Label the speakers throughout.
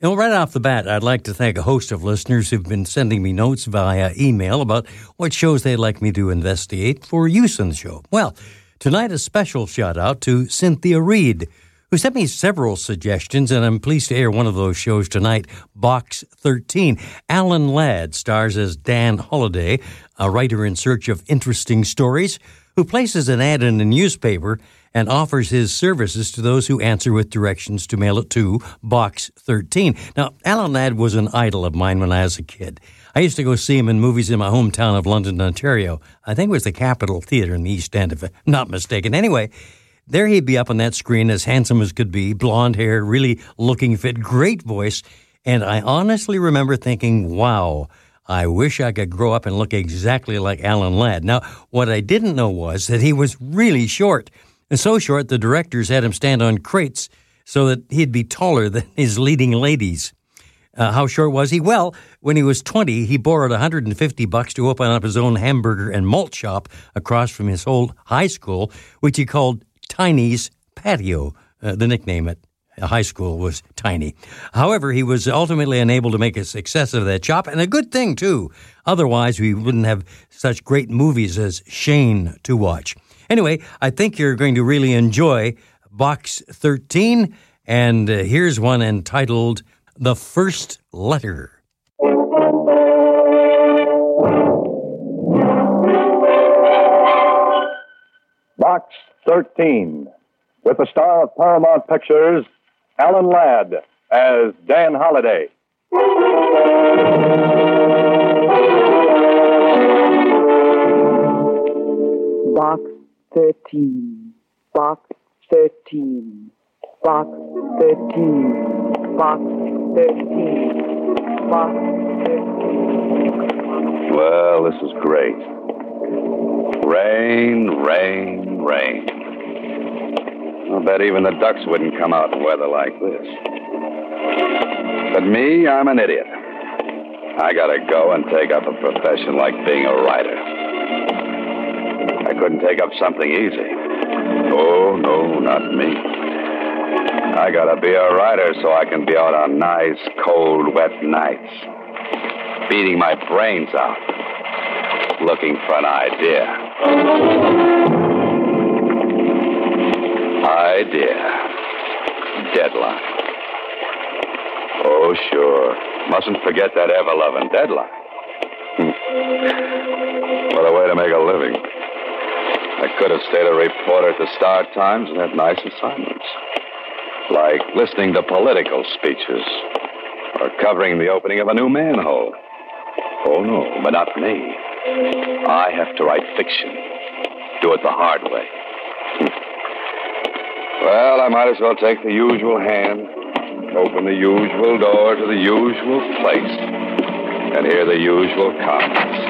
Speaker 1: Now, right off the bat, I'd like to thank a host of listeners who've been sending me notes via email about what shows they'd like me to investigate for use in the show. Well, tonight, a special shout out to Cynthia Reed, who sent me several suggestions, and I'm pleased to air one of those shows tonight, Box 13. Alan Ladd stars as Dan Holliday, a writer in search of interesting stories, who places an ad in a newspaper and offers his services to those who answer with directions to mail it to Box 13. Now, Alan Ladd was an idol of mine when I was a kid. I used to go see him in movies in my hometown of London, Ontario. I think it was the Capitol Theatre in the East End, if I'm not mistaken. Anyway, there he'd be up on that screen as handsome as could be, blonde hair, really looking fit, great voice. And I honestly remember thinking, wow, I wish I could grow up and look exactly like Alan Ladd. Now, what I didn't know was that he was really short. And so short, the directors had him stand on crates so that he'd be taller than his leading ladies. Uh, how short was he? Well, when he was 20, he borrowed 150 bucks to open up his own hamburger and malt shop across from his old high school, which he called Tiny's Patio, uh, the nickname at high school was Tiny. However, he was ultimately unable to make a success of that shop, and a good thing, too. Otherwise, we wouldn't have such great movies as Shane to watch. Anyway, I think you're going to really enjoy Box 13, and uh, here's one entitled The First Letter.
Speaker 2: Box 13, with the star of Paramount Pictures, Alan Ladd, as Dan Holliday.
Speaker 3: Box 13, box 13, box 13, box 13, box 13.
Speaker 2: Well, this is great. Rain, rain, rain. I'll bet even the ducks wouldn't come out in weather like this. But me, I'm an idiot. I gotta go and take up a profession like being a writer. I couldn't take up something easy. Oh, no, not me. I gotta be a writer so I can be out on nice, cold, wet nights, beating my brains out looking for an idea. Idea. Deadline. Oh, sure. Mustn't forget that ever loving deadline. Hmm. what a way to make a living. I could have stayed a reporter at the Star Times and had nice assignments. Like listening to political speeches or covering the opening of a new manhole. Oh, no, but not me. I have to write fiction. Do it the hard way. well, I might as well take the usual hand, open the usual door to the usual place, and hear the usual comments.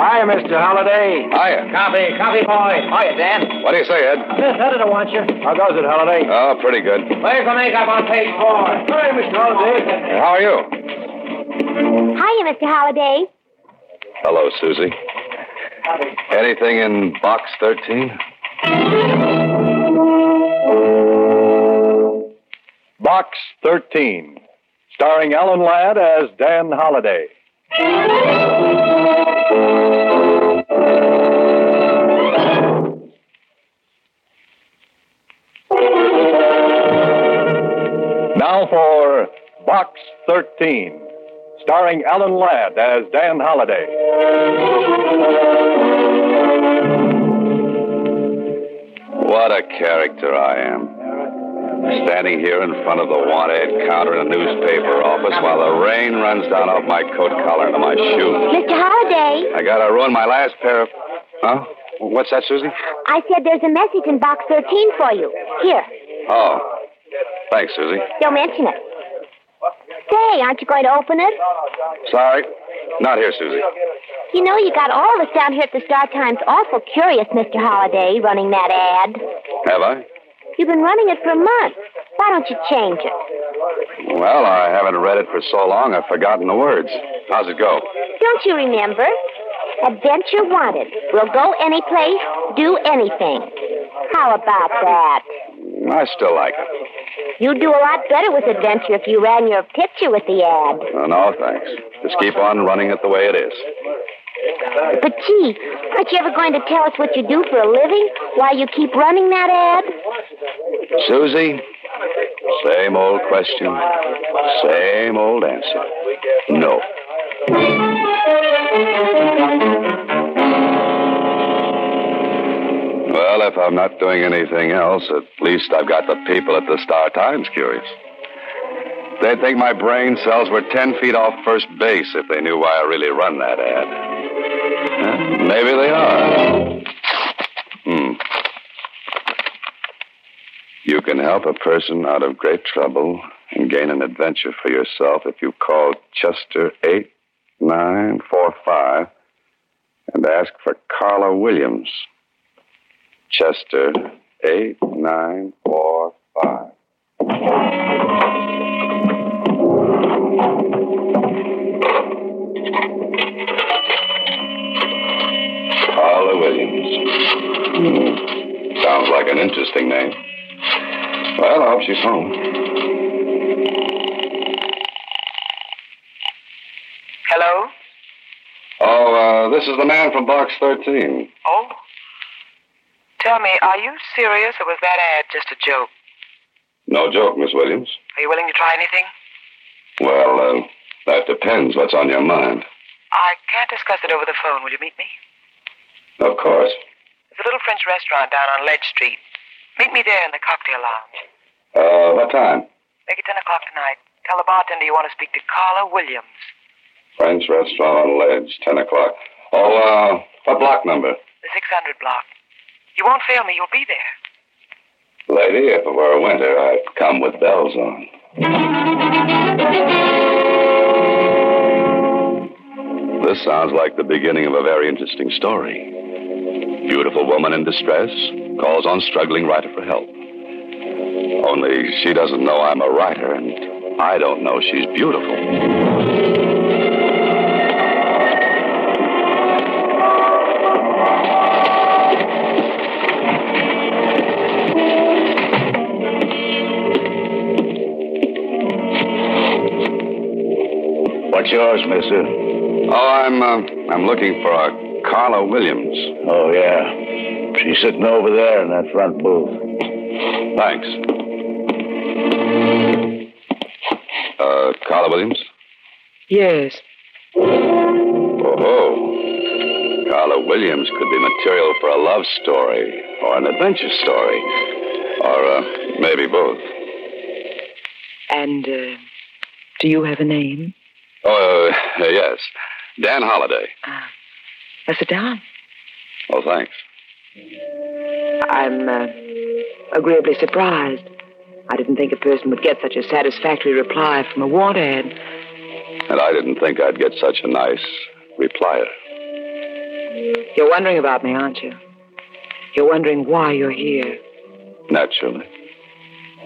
Speaker 4: Hi, Mr. Holliday.
Speaker 2: Hiya.
Speaker 4: Copy, copy, boy. Hiya, Dan.
Speaker 2: What do you say, Ed?
Speaker 4: This editor wants you.
Speaker 2: How goes it, Holiday? Oh, pretty good.
Speaker 4: Where's the makeup on page four? Oh, Hi, Mr. Holliday.
Speaker 2: How are you?
Speaker 5: Hiya, Mr. Holliday.
Speaker 2: Hello, Susie. Anything in box 13? Box 13, starring Alan Ladd as Dan Holliday. Now for Box 13, starring Alan Ladd as Dan Holliday. What a character I am. Standing here in front of the want ad counter in a newspaper office while the rain runs down off my coat collar into my shoes.
Speaker 5: Mr. Holliday,
Speaker 2: I gotta ruin my last pair of. Huh? What's that, Susan?
Speaker 5: I said there's a message in box 13 for you. Here,
Speaker 2: Oh. Thanks, Susie.
Speaker 5: don't mention it. Say, aren't you going to open it?
Speaker 2: Sorry. Not here, Susie.
Speaker 5: You know, you got all of us down here at the Star Times awful curious, Mr. Holliday, running that ad.
Speaker 2: Have I?
Speaker 5: You've been running it for a month. Why don't you change it?
Speaker 2: Well, I haven't read it for so long I've forgotten the words. How's it go?
Speaker 5: Don't you remember? Adventure wanted. We'll go any place, do anything. How about that?
Speaker 2: I still like it.
Speaker 5: You'd do a lot better with adventure if you ran your picture with the ad.
Speaker 2: Oh, no, thanks. Just keep on running it the way it is.
Speaker 5: But gee, aren't you ever going to tell us what you do for a living? Why you keep running that ad?
Speaker 2: Susie, same old question, same old answer. No. Well, if I'm not doing anything else, at least I've got the people at the Star Times curious. They'd think my brain cells were 10 feet off first base if they knew why I really run that ad. Huh? Maybe they are. Hmm. You can help a person out of great trouble and gain an adventure for yourself if you call Chester 8945 and ask for Carla Williams. Chester 8945. Carla Williams. Hmm. Sounds like an interesting name. Well, I hope she's home.
Speaker 6: Hello?
Speaker 2: Oh, uh, this is the man from box 13.
Speaker 6: Oh? Tell me, are you serious or was that ad just a joke?
Speaker 2: No joke, Miss Williams.
Speaker 6: Are you willing to try anything?
Speaker 2: Well, uh, that depends what's on your mind.
Speaker 6: I can't discuss it over the phone. Will you meet me?
Speaker 2: Of course.
Speaker 6: There's a little French restaurant down on Ledge Street. Meet me there in the cocktail lounge.
Speaker 2: Uh, what time?
Speaker 6: Make it 10 o'clock tonight. Tell the bartender you want to speak to Carla Williams.
Speaker 2: French restaurant on Ledge, 10 o'clock. Oh, uh, what block number?
Speaker 6: The 600 block. You won't fail me. You'll be there.
Speaker 2: Lady, if it were winter, I'd come with bells on. This sounds like the beginning of a very interesting story. Beautiful woman in distress calls on struggling writer for help. Only she doesn't know I'm a writer, and I don't know she's beautiful.
Speaker 7: What's yours, mister?
Speaker 2: Oh, I'm uh, I'm looking for a Carla Williams.
Speaker 7: Oh, yeah. She's sitting over there in that front booth.
Speaker 2: Thanks. Uh, Carla Williams.
Speaker 6: Yes.
Speaker 2: Oh, Carla Williams could be material for a love story or an adventure story, or uh, maybe both.
Speaker 6: And, uh, do you have a name?
Speaker 2: Oh, uh, yes, Dan Holliday.
Speaker 6: Uh, sit down.
Speaker 2: Oh, thanks.
Speaker 6: I'm uh, agreeably surprised. I didn't think a person would get such a satisfactory reply from a want ad.
Speaker 2: And I didn't think I'd get such a nice replier.
Speaker 6: You're wondering about me, aren't you? You're wondering why you're here.
Speaker 2: Naturally,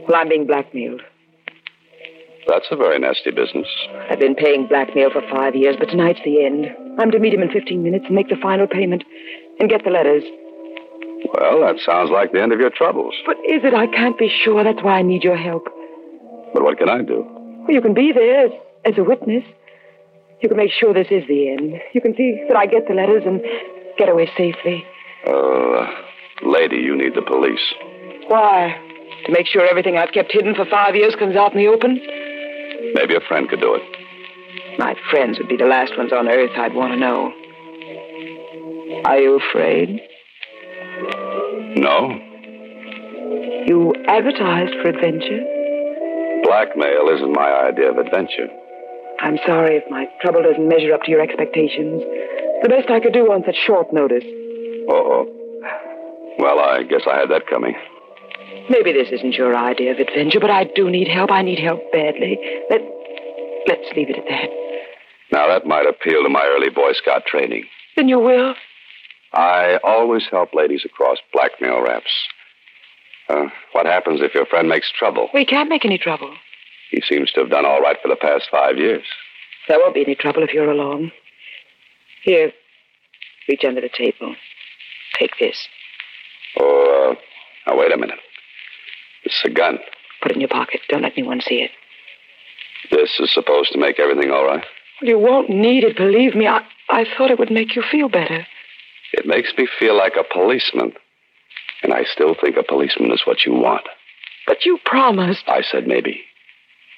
Speaker 6: Well, I'm being blackmailed.
Speaker 2: that's a very nasty business.
Speaker 6: I've been paying blackmail for five years, but tonight's the end. I'm to meet him in 15 minutes and make the final payment and get the letters.
Speaker 2: Well, that sounds like the end of your troubles.
Speaker 6: But is it? I can't be sure. That's why I need your help.
Speaker 2: But what can I do?
Speaker 6: Well, you can be there as, as a witness. You can make sure this is the end. You can see that I get the letters and get away safely.
Speaker 2: Uh, lady, you need the police.
Speaker 6: Why? To make sure everything I've kept hidden for five years comes out in the open?
Speaker 2: Maybe a friend could do it.
Speaker 6: My friends would be the last ones on earth I'd want to know. Are you afraid?
Speaker 2: No?
Speaker 6: You advertised for adventure.
Speaker 2: Blackmail isn't my idea of adventure.
Speaker 6: I'm sorry if my trouble doesn't measure up to your expectations. The best I could do on such short notice.
Speaker 2: Oh, well, I guess I had that coming.
Speaker 6: Maybe this isn't your idea of adventure, but I do need help. I need help badly. Let, let's leave it at that.
Speaker 2: Now, that might appeal to my early Boy Scout training.
Speaker 6: Then you will.
Speaker 2: I always help ladies across blackmail raps. Uh, what happens if your friend makes trouble?
Speaker 6: We can't make any trouble.
Speaker 2: He seems to have done all right for the past five years.
Speaker 6: There won't be any trouble if you're along. Here, reach under the table. Take this.
Speaker 2: Oh, uh, now wait a minute. This is a gun.
Speaker 6: Put it in your pocket. Don't let anyone see it.
Speaker 2: This is supposed to make everything all right.
Speaker 6: Well, you won't need it, believe me. I, I thought it would make you feel better.
Speaker 2: It makes me feel like a policeman. And I still think a policeman is what you want.
Speaker 6: But you promised.
Speaker 2: I said maybe.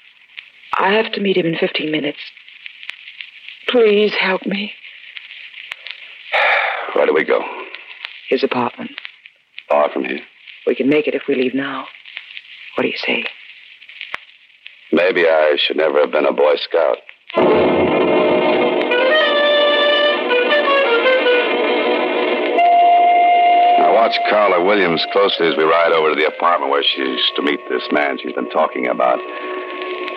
Speaker 6: I have to meet him in 15 minutes. Please help me.
Speaker 2: Where do we go?
Speaker 6: His apartment.
Speaker 2: Far from here.
Speaker 6: We can make it if we leave now. What do you say?
Speaker 2: Maybe I should never have been a Boy Scout. Now watch Carla Williams closely as we ride over to the apartment where she's to meet this man she's been talking about.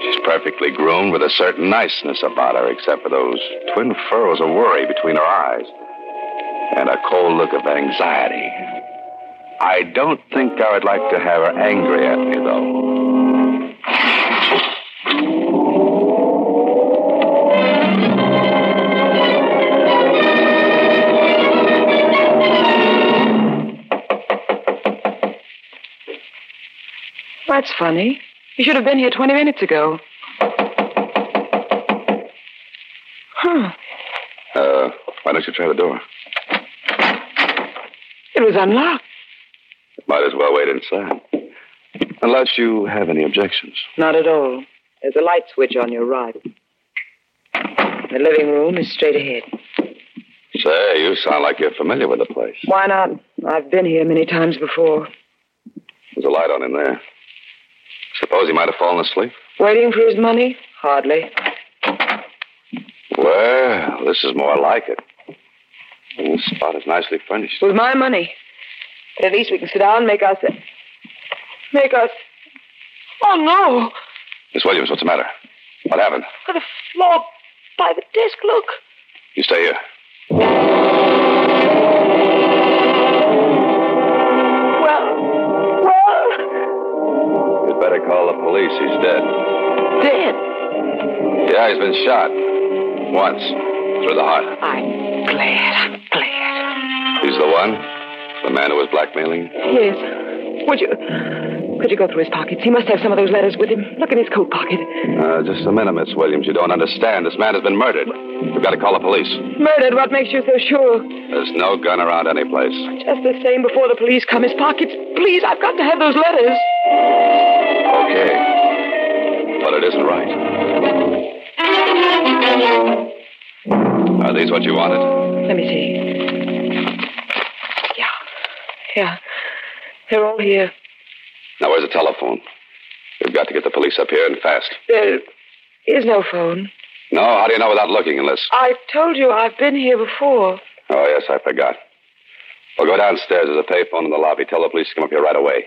Speaker 2: She's perfectly groomed with a certain niceness about her, except for those twin furrows of worry between her eyes and a cold look of anxiety. I don't think I would like to have her angry at me, though.
Speaker 6: That's funny. You should have been here 20 minutes ago. Huh.
Speaker 2: Uh, why don't you try the door?
Speaker 6: It was unlocked.
Speaker 2: Might as well wait inside. Unless you have any objections.
Speaker 6: Not at all. There's a light switch on your right. The living room is straight ahead.
Speaker 2: Say, you sound like you're familiar with the place.
Speaker 6: Why not? I've been here many times before.
Speaker 2: There's a light on in there. Suppose he might have fallen asleep?
Speaker 6: Waiting for his money? Hardly.
Speaker 2: Well, this is more like it. And This spot is nicely furnished.
Speaker 6: With my money. But at least we can sit down and make us. Make us. Oh, no!
Speaker 2: Miss Williams, what's the matter? What happened?
Speaker 6: By the floor, by the desk, look.
Speaker 2: You stay here.
Speaker 6: Well, well,
Speaker 2: You'd better call the police. He's dead.
Speaker 6: dead.
Speaker 2: Yeah, he's been shot. Once. Through the heart.
Speaker 6: I'm glad, I'm glad.
Speaker 2: He's the one? The man who was blackmailing? you?
Speaker 6: Yes. Would you. Could you go through his pockets? He must have some of those letters with him. Look in his coat pocket.
Speaker 2: Uh, just a minute, Miss Williams. You don't understand. This man has been murdered. We've got to call the police.
Speaker 6: Murdered, what makes you so sure?
Speaker 2: There's no gun around any place.
Speaker 6: Just the same, before the police come, his pockets. Please, I've got to have those letters.
Speaker 2: Okay. But it isn't right. Are these what you wanted?
Speaker 6: Let me see. Yeah. Yeah. They're all here.
Speaker 2: Now, where's the telephone? We've got to get the police up here and fast.
Speaker 6: There is no phone.
Speaker 2: No, how do you know without looking unless.
Speaker 6: I told you I've been here before.
Speaker 2: Oh, yes, I forgot. Well, go downstairs. There's a payphone in the lobby. Tell the police to come up here right away.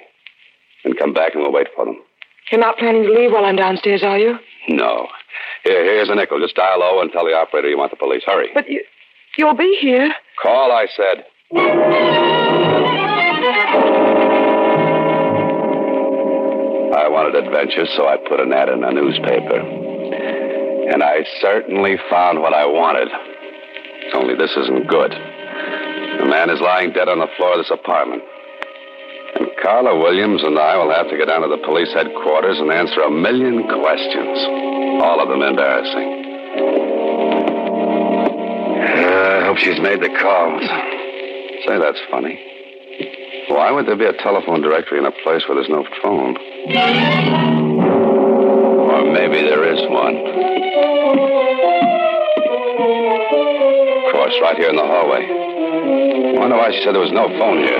Speaker 2: Then come back and we'll wait for them.
Speaker 6: You're not planning to leave while I'm downstairs, are you?
Speaker 2: No. Here, here's a nickel. Just dial low and tell the operator you want the police. Hurry.
Speaker 6: But you, you'll be here.
Speaker 2: Call, I said. I wanted adventure, so I put an ad in a newspaper. And I certainly found what I wanted. Only this isn't good. The man is lying dead on the floor of this apartment. And Carla Williams and I will have to go down to the police headquarters and answer a million questions. All of them embarrassing. Uh, I hope she's made the calls. Say, that's funny. Why would there be a telephone directory in a place where there's no phone? Or maybe there is one. Of course, right here in the hallway. I wonder why she said there was no phone here.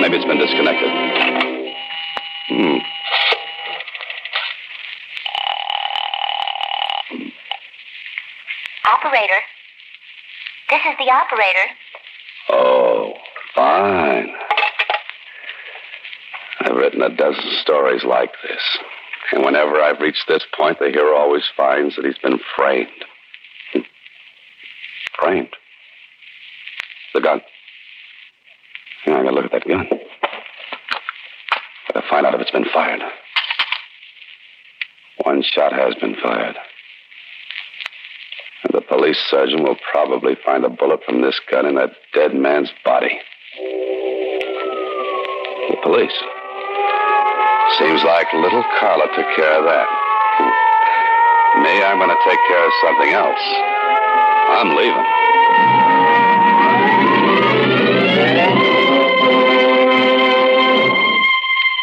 Speaker 2: Maybe it's been disconnected. Hmm.
Speaker 5: Operator. This is the operator.
Speaker 2: Oh, fine. I've written a dozen stories like this. And whenever I've reached this point, the hero always finds that he's been framed. Hmm. framed? The gun. Now I gotta look at that gun. Gotta find out if it's been fired. One shot has been fired. And the police surgeon will probably find a bullet from this gun in that dead man's body. The police. Seems like little Carla took care of that. Hmm. Me, I'm going to take care of something else. I'm leaving.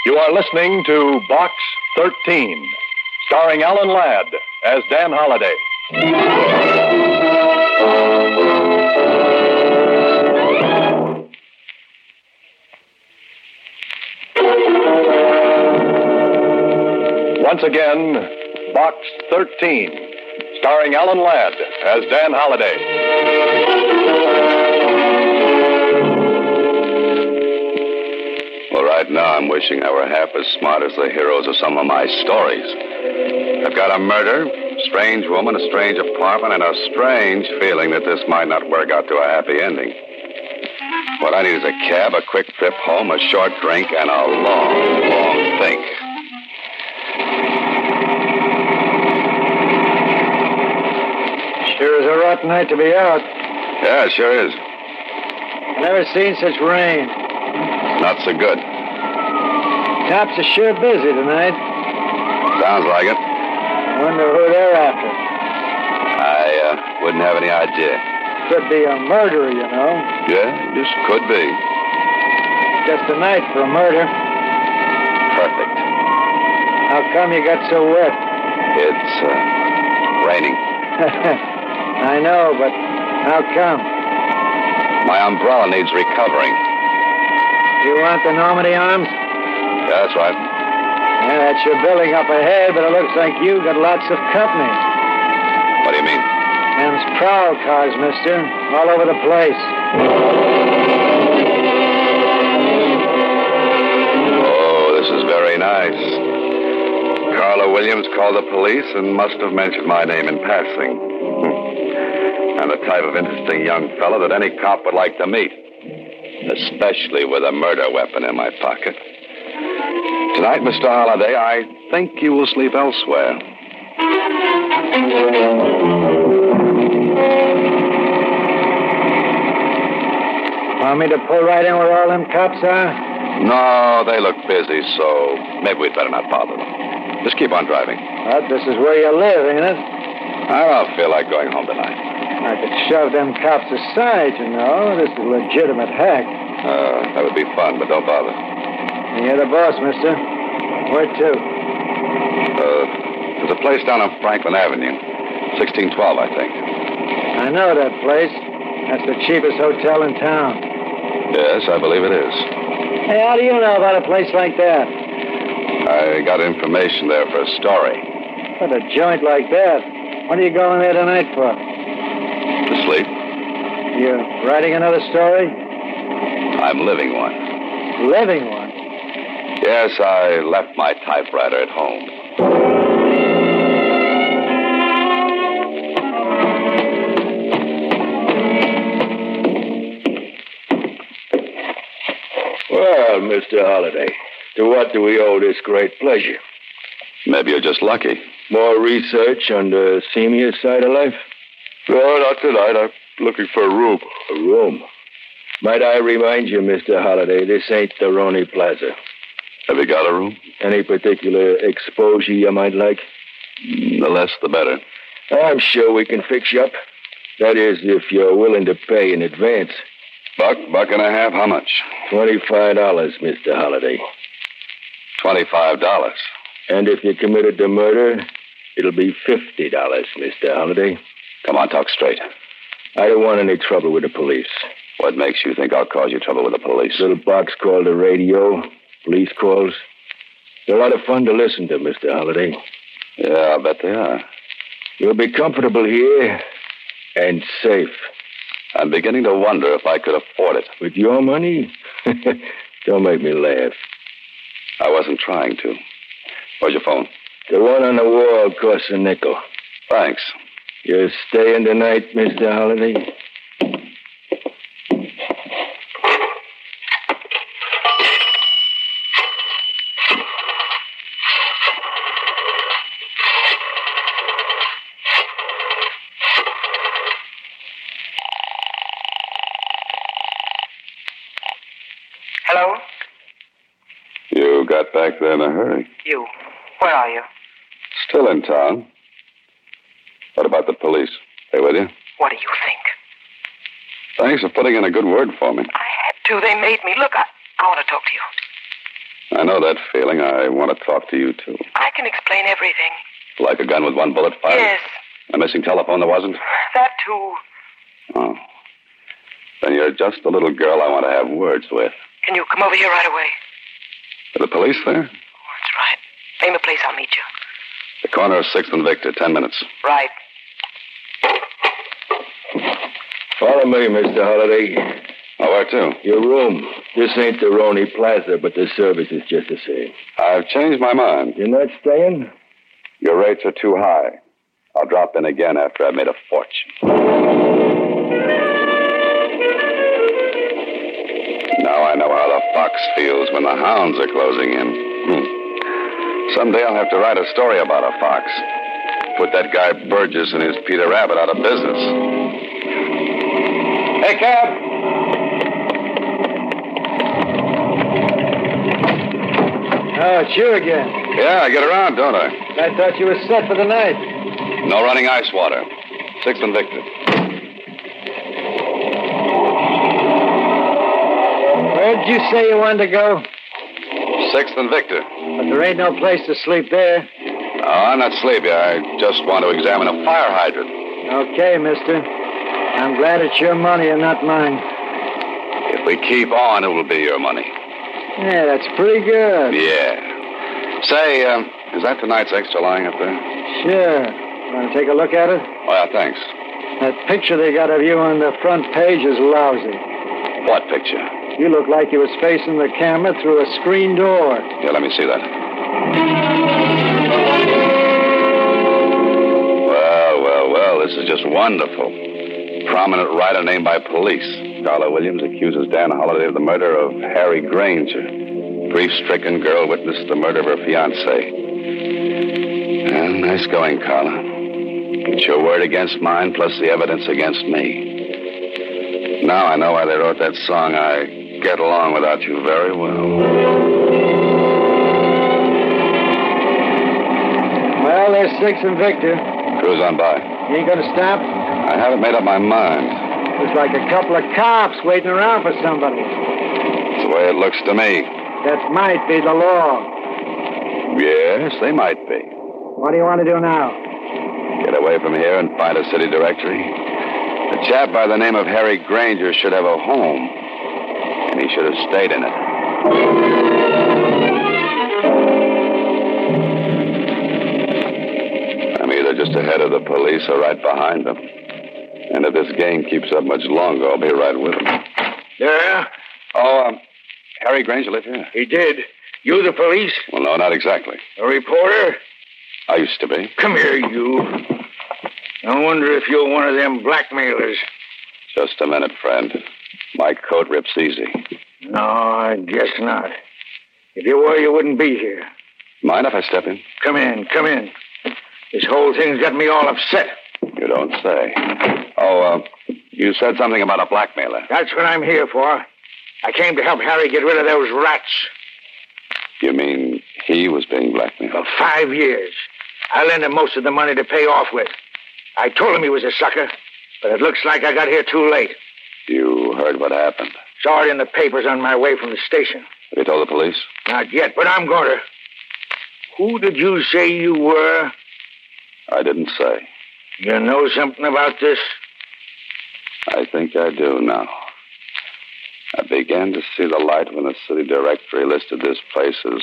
Speaker 8: You are listening to Box 13, starring Alan Ladd as Dan Holliday. Once again, Box 13, starring Alan Ladd as Dan Holliday.
Speaker 2: Well, right now I'm wishing I were half as smart as the heroes of some of my stories. I've got a murder, strange woman, a strange apartment, and a strange feeling that this might not work out to a happy ending. What I need is a cab, a quick trip home, a short drink, and a long, long think.
Speaker 9: Sure is a rotten night to be out.
Speaker 2: Yeah, it sure is.
Speaker 9: Never seen such rain.
Speaker 2: Not so good.
Speaker 9: Cops are sure busy tonight.
Speaker 2: Sounds like it.
Speaker 9: Wonder who they're after.
Speaker 2: I uh, wouldn't have any idea.
Speaker 9: Could be a murderer, you know.
Speaker 2: Yeah, just could be.
Speaker 9: Just a night for a murder.
Speaker 2: Perfect.
Speaker 9: How come you got so wet?
Speaker 2: It's uh, raining.
Speaker 9: I know, but how come?
Speaker 2: My umbrella needs recovering.
Speaker 9: You want the Normandy arms?
Speaker 2: That's right.
Speaker 9: Yeah, that's your building up ahead, but it looks like you got lots of company.
Speaker 2: What do you mean?
Speaker 9: Them's prowl cars, mister. All over the place.
Speaker 2: Oh, this is very nice. Carla Williams called the police and must have mentioned my name in passing. Hmm. I'm the type of interesting young fellow that any cop would like to meet, especially with a murder weapon in my pocket. Tonight, Mr. Holliday, I think you will sleep elsewhere.
Speaker 9: Want me to pull right in where all them cops are?
Speaker 2: No, they look busy, so maybe we'd better not bother them. Just keep on driving.
Speaker 9: Well, this is where you live, ain't it?
Speaker 2: I don't feel like going home tonight.
Speaker 9: I could shove them cops aside, you know. This is a legitimate hack.
Speaker 2: Uh, that would be fun, but don't bother.
Speaker 9: You're the boss, mister. Where to?
Speaker 2: Uh, there's a place down on Franklin Avenue, 1612, I think.
Speaker 9: I know that place. That's the cheapest hotel in town.
Speaker 2: Yes, I believe it is.
Speaker 9: Hey, how do you know about a place like that?
Speaker 2: I got information there for a story.
Speaker 9: What a joint like that. What are you going there tonight for?
Speaker 2: To sleep,
Speaker 9: You writing another story?
Speaker 2: I'm living one.
Speaker 9: Living one.
Speaker 2: Yes, I left my typewriter at home.
Speaker 7: Well, Mr. Holliday, to what do we owe this great pleasure?
Speaker 2: Maybe you're just lucky.
Speaker 7: More research on the senior side of life?
Speaker 2: No, not tonight. I'm looking for a room.
Speaker 7: A room. Might I remind you, Mr. Holliday, this ain't the Roney Plaza.
Speaker 2: Have you got a room?
Speaker 7: Any particular exposure you might like?
Speaker 2: Mm, The less, the better.
Speaker 7: I'm sure we can fix you up. That is, if you're willing to pay in advance.
Speaker 2: Buck, buck and a half, how much?
Speaker 7: Twenty-five dollars, Mr. Holliday.
Speaker 2: Twenty-five dollars.
Speaker 7: And if you committed the murder, it'll be fifty dollars, Mr. Holliday.
Speaker 2: Come on, talk straight.
Speaker 7: I don't want any trouble with the police.
Speaker 2: What makes you think I'll cause you trouble with the police?
Speaker 7: Little box called the radio, police calls. They're a lot of fun to listen to, Mr. Holliday.
Speaker 2: Yeah, I bet they are.
Speaker 7: You'll be comfortable here and safe.
Speaker 2: I'm beginning to wonder if I could afford it.
Speaker 7: With your money? Don't make me laugh.
Speaker 2: I wasn't trying to. Where's your phone?
Speaker 7: The one on the wall costs a nickel.
Speaker 2: Thanks.
Speaker 7: You're staying tonight, Mr. Holliday?
Speaker 10: Hello?
Speaker 2: You got back there in a hurry.
Speaker 10: You. Where are you?
Speaker 2: Still in town. What about the police? They with you?
Speaker 10: What do you think?
Speaker 2: Thanks for putting in a good word for me.
Speaker 10: I had to. They made me. Look, I, I want to talk to you.
Speaker 2: I know that feeling. I want to talk to you, too.
Speaker 10: I can explain everything.
Speaker 2: Like a gun with one bullet
Speaker 6: Um,
Speaker 2: fired?
Speaker 10: Yes,
Speaker 2: A missing telephone there wasn't?
Speaker 10: that too.
Speaker 2: Oh. Then you're just the little girl I want to have words with.
Speaker 10: Can you come over here right away?
Speaker 2: Are the police there?
Speaker 10: That's right. Name a place, I'll meet you.
Speaker 2: The corner of 6th and Victor, 10 minutes.
Speaker 10: Right.
Speaker 7: Follow me, Mr. Holliday.
Speaker 2: Oh, where to?
Speaker 7: Your room. This ain't the Roni Plaza, but the service is just the same.
Speaker 2: I've changed my mind.
Speaker 7: You're not staying?
Speaker 2: Your rates are too high. I'll drop in again after I've made a fortune. Now I know how the fox feels when the hounds are closing in. Hmm. Someday I'll have to write a story about a fox. Put that guy Burgess and his Peter Rabbit out of business. Hey, cab!
Speaker 9: Oh, it's you again.
Speaker 2: Yeah, I get around, don't I?
Speaker 9: I thought you were set for the night.
Speaker 2: No running ice water. Sixth and Victor.
Speaker 9: Where'd you say you wanted to go?
Speaker 2: Sixth and Victor.
Speaker 9: But there ain't no place to sleep there.
Speaker 2: No, I'm not sleepy. I just want to examine a fire hydrant.
Speaker 9: Okay, mister. I'm glad it's your money and not mine.
Speaker 2: If we keep on, it will be your money.
Speaker 9: Yeah, that's pretty good.
Speaker 2: Yeah. Say, um, is that tonight's extra lying up there?
Speaker 9: Sure. Want to take a look at it?
Speaker 2: Oh, yeah, thanks.
Speaker 9: That picture they got of you on the front page is lousy.
Speaker 2: What picture?
Speaker 9: You look like you was facing the camera through a screen door.
Speaker 2: Yeah, let me see that. Well, well, well, this is just wonderful. Prominent writer named by police. Carla Williams accuses Dan Holliday of the murder of Harry Granger. Grief stricken girl witnessed the murder of her fiance. Yeah, nice going, Carla. It's your word against mine plus the evidence against me. Now I know why they wrote that song, I Get Along Without You Very Well.
Speaker 9: Well, there's Six and Victor.
Speaker 2: Cruise on by.
Speaker 9: You ain't gonna stop?
Speaker 2: I haven't made up my mind.
Speaker 9: Looks like a couple of cops waiting around for somebody.
Speaker 2: It's the way it looks to me.
Speaker 9: That might be the law.
Speaker 2: Yes, they might be.
Speaker 9: What do you want to do now?
Speaker 2: Get away from here and find a city directory. A chap by the name of Harry Granger should have a home, and he should have stayed in it. I'm either just ahead of the police or right behind them. And if this game keeps up much longer, I'll be right with them.
Speaker 7: Yeah,
Speaker 2: Oh, um, Harry Granger live here?
Speaker 7: he did. You the police?
Speaker 2: Well, no, not exactly.
Speaker 7: A reporter?
Speaker 2: I used to be.
Speaker 7: Come here, you. I wonder if you're one of them blackmailers.
Speaker 2: Just a minute, friend. My coat rips easy.
Speaker 7: No, I guess not. If you were, you wouldn't be here.
Speaker 2: Mind if I step in?
Speaker 7: Come in, come in. This whole thing's got me all upset.
Speaker 2: You don't say. Oh, uh, you said something about a blackmailer.
Speaker 7: That's what I'm here for. I came to help Harry get rid of those rats.
Speaker 2: You mean he was being
Speaker 7: For
Speaker 2: blackmailed?
Speaker 7: five years. I lent him most of the money to pay off with. I told him he was a sucker, but it looks like I got here too late.
Speaker 2: You heard what happened.
Speaker 7: Saw it in the papers on my way from the station.
Speaker 2: Have you told the police?
Speaker 7: Not yet, but I'm going to. Who did you say you were?
Speaker 2: I didn't say.
Speaker 7: You know something about this?
Speaker 2: I think I do now. I began to see the light when the city directory listed this place as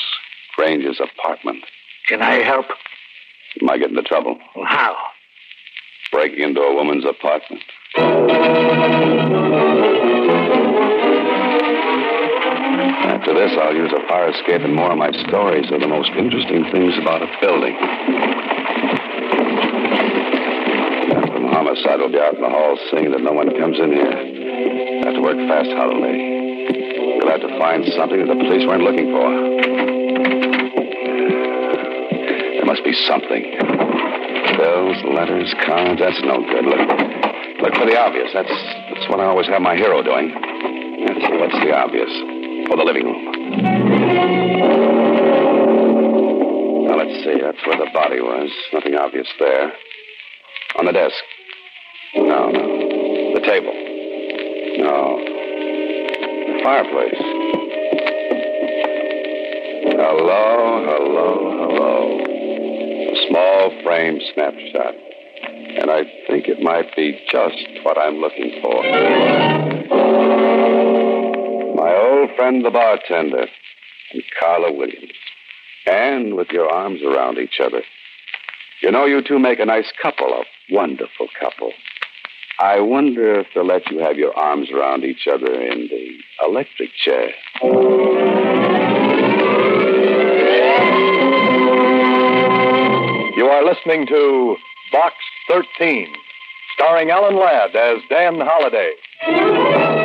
Speaker 2: stranger's apartment.
Speaker 7: Can I help?
Speaker 2: You might get into trouble.
Speaker 7: How?
Speaker 2: Breaking into a woman's apartment. After this, I'll use a fire escape and more of my stories of the most interesting things about a building. Captain Homicide will be out in the hall seeing that no one comes in here. Have to work fast, Holloway. You'll have to find something that the police weren't looking for. There must be something. Bills, letters, cards. That's no good. Look, look for the obvious. That's that's what I always have my hero doing. Let's see, what's the obvious? For the living room. Now let's see. That's where the body was. Nothing obvious there. On the desk. No, no. The table. No. The fireplace. Hello, hello, hello. A small frame snapshot. And I think it might be just what I'm looking for. My old friend, the bartender, and Carla Williams. And with your arms around each other. You know, you two make a nice couple, a wonderful couple. I wonder if they'll let you have your arms around each other in the electric chair.
Speaker 8: You are listening to Box 13, starring Alan Ladd as Dan Holliday.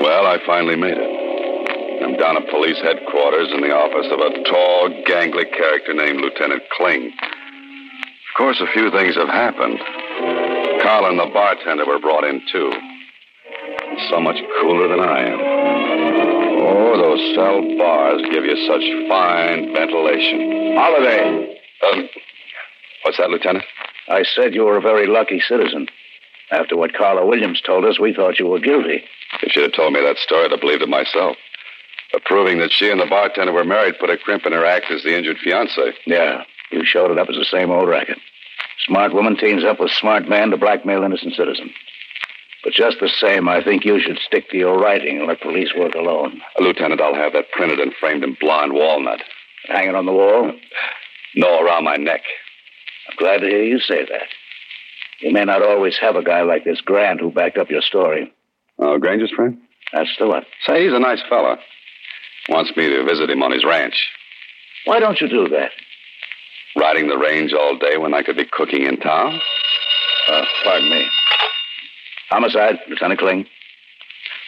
Speaker 2: Well, I finally made it. I'm down at police headquarters in the office of a tall, gangly character named Lieutenant Kling. Of course, a few things have happened. Carl and the bartender were brought in, too. So much cooler than I am. Oh, those cell bars give you such fine ventilation. Holiday! Um, what's that, Lieutenant?
Speaker 11: I said you were a very lucky citizen. After what Carla Williams told us, we thought you were guilty.
Speaker 2: If she'd have told me that story, I'd have believed it myself. But proving that she and the bartender were married put a crimp in her act as the injured fiancée.
Speaker 11: Yeah, you showed it up as the same old racket. Smart woman teams up with smart man to blackmail innocent citizen. But just the same, I think you should stick to your writing and let police work alone.
Speaker 2: Uh, Lieutenant, I'll have that printed and framed in blonde walnut.
Speaker 11: Hanging on the wall?
Speaker 2: No, around my neck.
Speaker 11: I'm glad to hear you say that. You may not always have a guy like this Grant who backed up your story.
Speaker 2: Oh, Granger's friend?
Speaker 11: That's the one.
Speaker 2: Say, he's a nice fella. Wants me to visit him on his ranch.
Speaker 11: Why don't you do that?
Speaker 2: Riding the range all day when I could be cooking in town?
Speaker 11: Uh, pardon me. Homicide, Lieutenant Kling.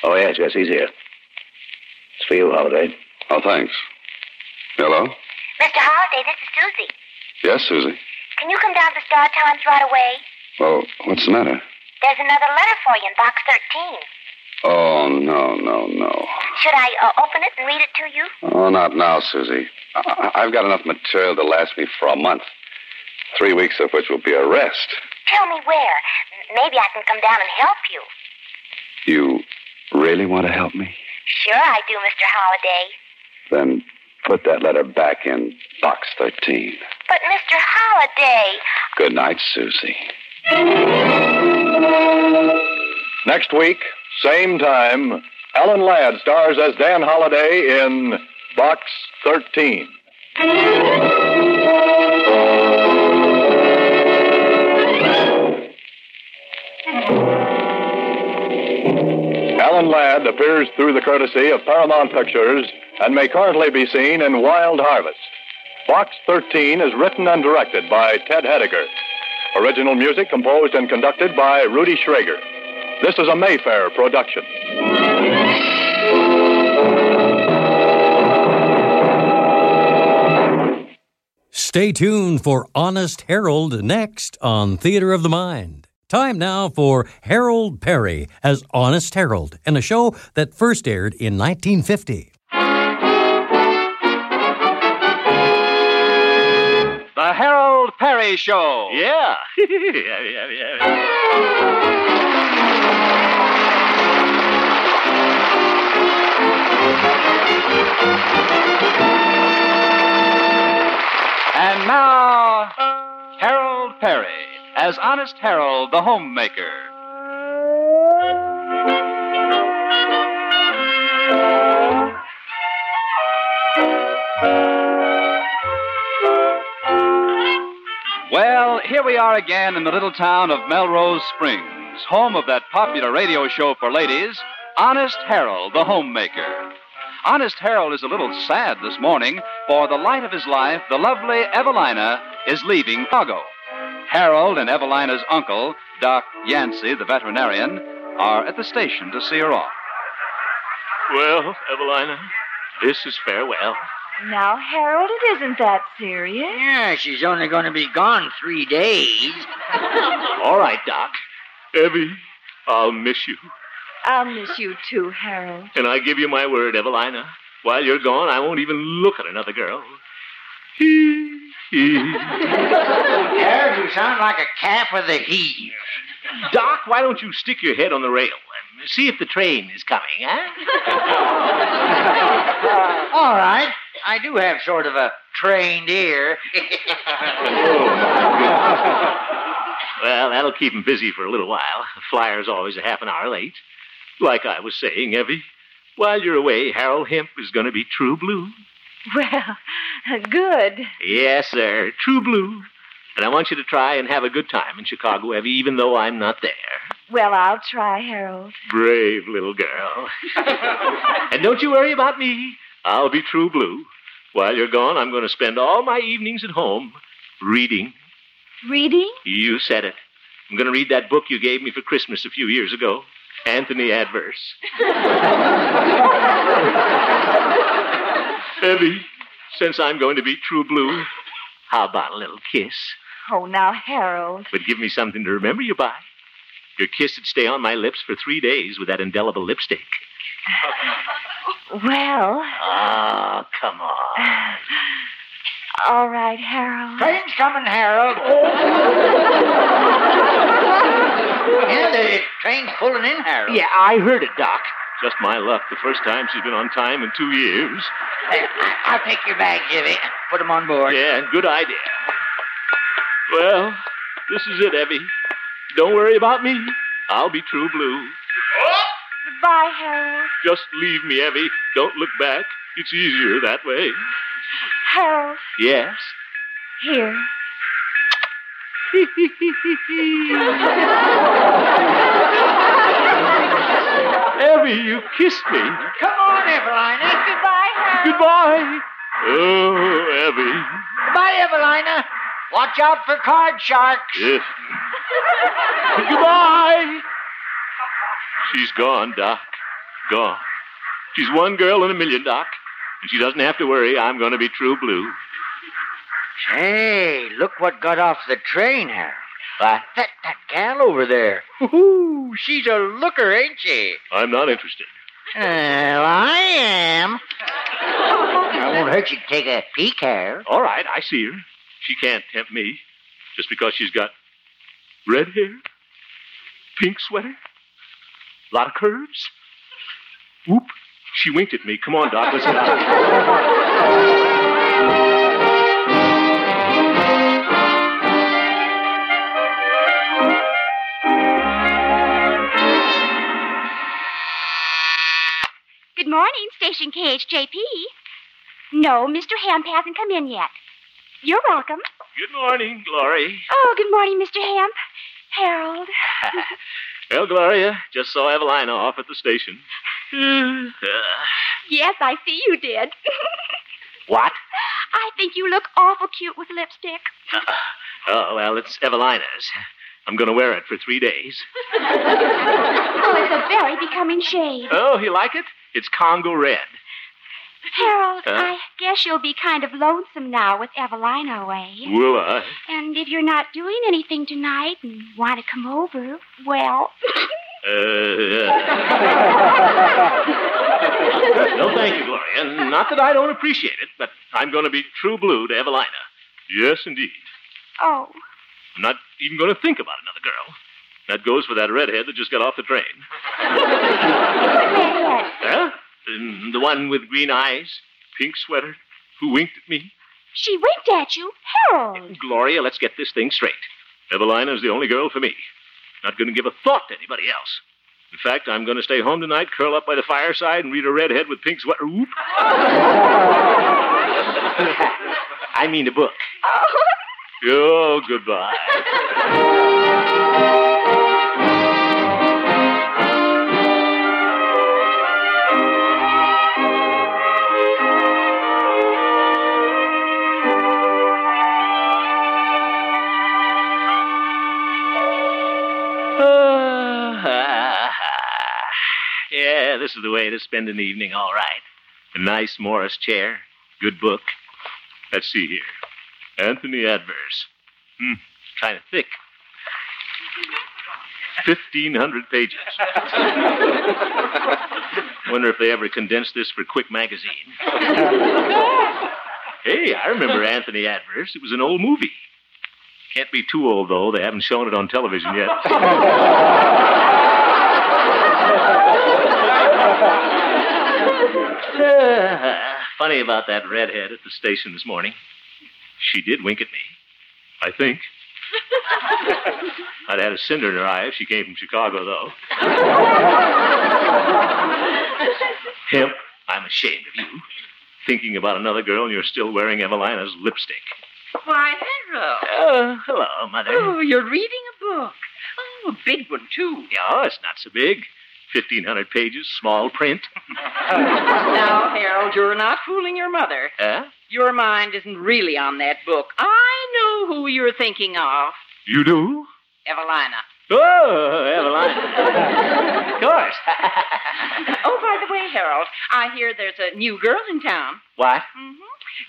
Speaker 11: Oh, yes, yes, he's here. It's for you, Holiday.
Speaker 2: Oh, thanks. Hello?
Speaker 5: Mr. Holliday, this is Susie.
Speaker 2: Yes, Susie.
Speaker 5: Can you come down to Star Times right away?
Speaker 2: Well, what's the matter?
Speaker 5: There's another letter for you in box 13.
Speaker 2: Oh, no, no, no.
Speaker 5: Should I uh, open it and read it to you?
Speaker 2: Oh, not now, Susie. I- I- I've got enough material to last me for a month, three weeks of which will be a rest.
Speaker 5: Tell me where. M- Maybe I can come down and help you.
Speaker 2: You really want to help me?
Speaker 5: Sure, I do, Mr. Holliday.
Speaker 2: Then put that letter back in box 13.
Speaker 5: But, Mr. Holliday.
Speaker 2: Good night, Susie.
Speaker 8: Next week, same time, Alan Ladd stars as Dan Holliday in Box 13. Alan Ladd appears through the courtesy of Paramount Pictures and may currently be seen in Wild Harvest. Box 13 is written and directed by Ted Hediger. Original music composed and conducted by Rudy Schrager. This is a Mayfair production.
Speaker 1: Stay tuned for Honest Harold next on Theater of the Mind. Time now for Harold Perry as Honest Harold in a show that first aired in 1950.
Speaker 12: The Harold Perry Show. Yeah. and now, Harold Perry. as Honest Harold, the homemaker. Well, here we are again in the little town of Melrose Springs, home of that popular radio show for ladies, Honest Harold, the homemaker. Honest Harold is a little sad this morning, for the light of his life, the lovely Evelina, is leaving Chicago. Harold and Evelina's uncle, Doc Yancey, the veterinarian, are at the station to see her off.
Speaker 13: Well, Evelina, this is farewell.
Speaker 14: Now, Harold, it isn't that serious.
Speaker 15: Yeah, she's only going to be gone three days.
Speaker 13: All right, Doc. Evie, I'll miss you.
Speaker 14: I'll miss you too, Harold.
Speaker 13: And I give you my word, Evelina. While you're gone, I won't even look at another girl.
Speaker 15: Harold, you sound like a calf with a heave.
Speaker 13: Doc, why don't you stick your head on the rail and see if the train is coming, huh?
Speaker 15: All right. I do have sort of a trained ear.
Speaker 13: well, that'll keep him busy for a little while. The flyer's always a half an hour late. Like I was saying, Evie, while you're away, Harold Hemp is going to be true blue.
Speaker 14: Well, good.
Speaker 13: Yes, sir, true blue. And I want you to try and have a good time in Chicago, Evie, even though I'm not there.
Speaker 14: Well, I'll try, Harold.
Speaker 13: Brave little girl. and don't you worry about me. I'll be true blue. While you're gone, I'm going to spend all my evenings at home reading.
Speaker 14: Reading?
Speaker 13: You said it. I'm going to read that book you gave me for Christmas a few years ago Anthony Adverse. Evie, since I'm going to be true blue, how about a little kiss?
Speaker 14: Oh, now, Harold.
Speaker 13: But give me something to remember you by. Your kiss would stay on my lips for three days with that indelible lipstick.
Speaker 14: Well,
Speaker 13: Ah, come on.
Speaker 14: all right, Harold.
Speaker 15: Train's coming, Harold. yeah, the train's pulling in, Harold.
Speaker 13: Yeah, I heard it, Doc. Just my luck. The first time she's been on time in two years.
Speaker 15: Hey, I- I'll take your bag, Jimmy. Put him on board.
Speaker 13: Yeah, good idea. Well, this is it, Evie. Don't worry about me. I'll be true blue.
Speaker 14: Goodbye, Harold.
Speaker 13: Just leave me, Evie. Don't look back. It's easier that way.
Speaker 14: Harold,
Speaker 13: Yes.
Speaker 14: here.
Speaker 13: Evie, you kissed me.
Speaker 15: Come on, Evelina.
Speaker 14: Goodbye, Harold.
Speaker 13: Goodbye. Oh, Evie.
Speaker 15: Goodbye, Evelina. Watch out for card sharks.
Speaker 13: Yes. Goodbye. She's gone, Doc. Gone. She's one girl in a million, Doc. And she doesn't have to worry. I'm going to be true blue.
Speaker 15: Hey, look what got off the train, Harold. What? That, that gal over there. Ooh, she's a looker, ain't she?
Speaker 13: I'm not interested.
Speaker 15: Well, I am. I won't hurt you to take a peek, Harold.
Speaker 13: All right, I see her. She can't tempt me just because she's got red hair, pink sweater, a lot of curves. Whoop. She winked at me. Come on, Doc, listen
Speaker 5: Good morning, Station KHJP. No, Mr. Hamp hasn't come in yet. You're welcome.
Speaker 13: Good morning, Glory.
Speaker 5: Oh, good morning, Mr. Hamp. Harold.
Speaker 13: Well, Gloria, just saw Evelina off at the station.
Speaker 5: Hmm, yes, I see you did.
Speaker 13: what?
Speaker 5: I think you look awful cute with lipstick.
Speaker 13: Oh, well, it's Evelina's. I'm going to wear it for three days.
Speaker 5: oh, it's a very becoming shade.
Speaker 13: Oh, you like it? It's Congo red.
Speaker 5: Harold,
Speaker 13: Huh?
Speaker 5: I guess you'll be kind of lonesome now with Evelina away.
Speaker 13: Will I?
Speaker 5: And if you're not doing anything tonight and want to come over, well.
Speaker 13: Uh, no, thank you, Gloria. Not that I don't appreciate it, but I'm going to be true blue to Evelina. Yes, indeed.
Speaker 5: Oh,
Speaker 13: I'm not even going to think about another girl. That goes for that redhead that just got off the train. Huh? Mm, The one with green eyes, pink sweater, who winked at me.
Speaker 5: she winked at you, Harold.
Speaker 13: Gloria, let's get this thing straight. Evelina's the only girl for me. Not going to give a thought to anybody else. In fact, I'm going to stay home tonight, curl up by the fireside, and read a redhead with pink sweater. Oop. I mean the book. Oh, goodbye. yeah, this is the way to spend an evening, all right. A nice Morris chair, good book. Let's see here. Anthony Adverse. Hmm, kind of thick. 1,500 pages. Wonder if they ever condensed this for Quick Magazine. Hey, I remember Anthony Adverse. It was an old movie. Can't be too old, though. They haven't shown it on television yet.
Speaker 14: Oh.
Speaker 13: Ah, funny about that redhead at the station this morning. She did wink at me. I think. I'd had a cinder in her eye if she came from Chicago, though. Hemp, I'm ashamed of you. Thinking about another girl and you're still wearing Evelina's lipstick.
Speaker 16: Why, Harold.
Speaker 13: Oh, hello, Mother.
Speaker 16: Oh, you're reading a book. Oh, a big one, too.
Speaker 13: Oh, it's not so big. 1,500 pages, small print.
Speaker 16: now, Harold, you're not fooling your mother.
Speaker 13: Huh?
Speaker 16: Your mind isn't really on that book. I know who you're thinking of.
Speaker 13: You do?
Speaker 16: Evelina.
Speaker 13: Oh, Evelina. of course.
Speaker 16: oh, by the way, Harold, I hear there's a new girl in town
Speaker 13: What?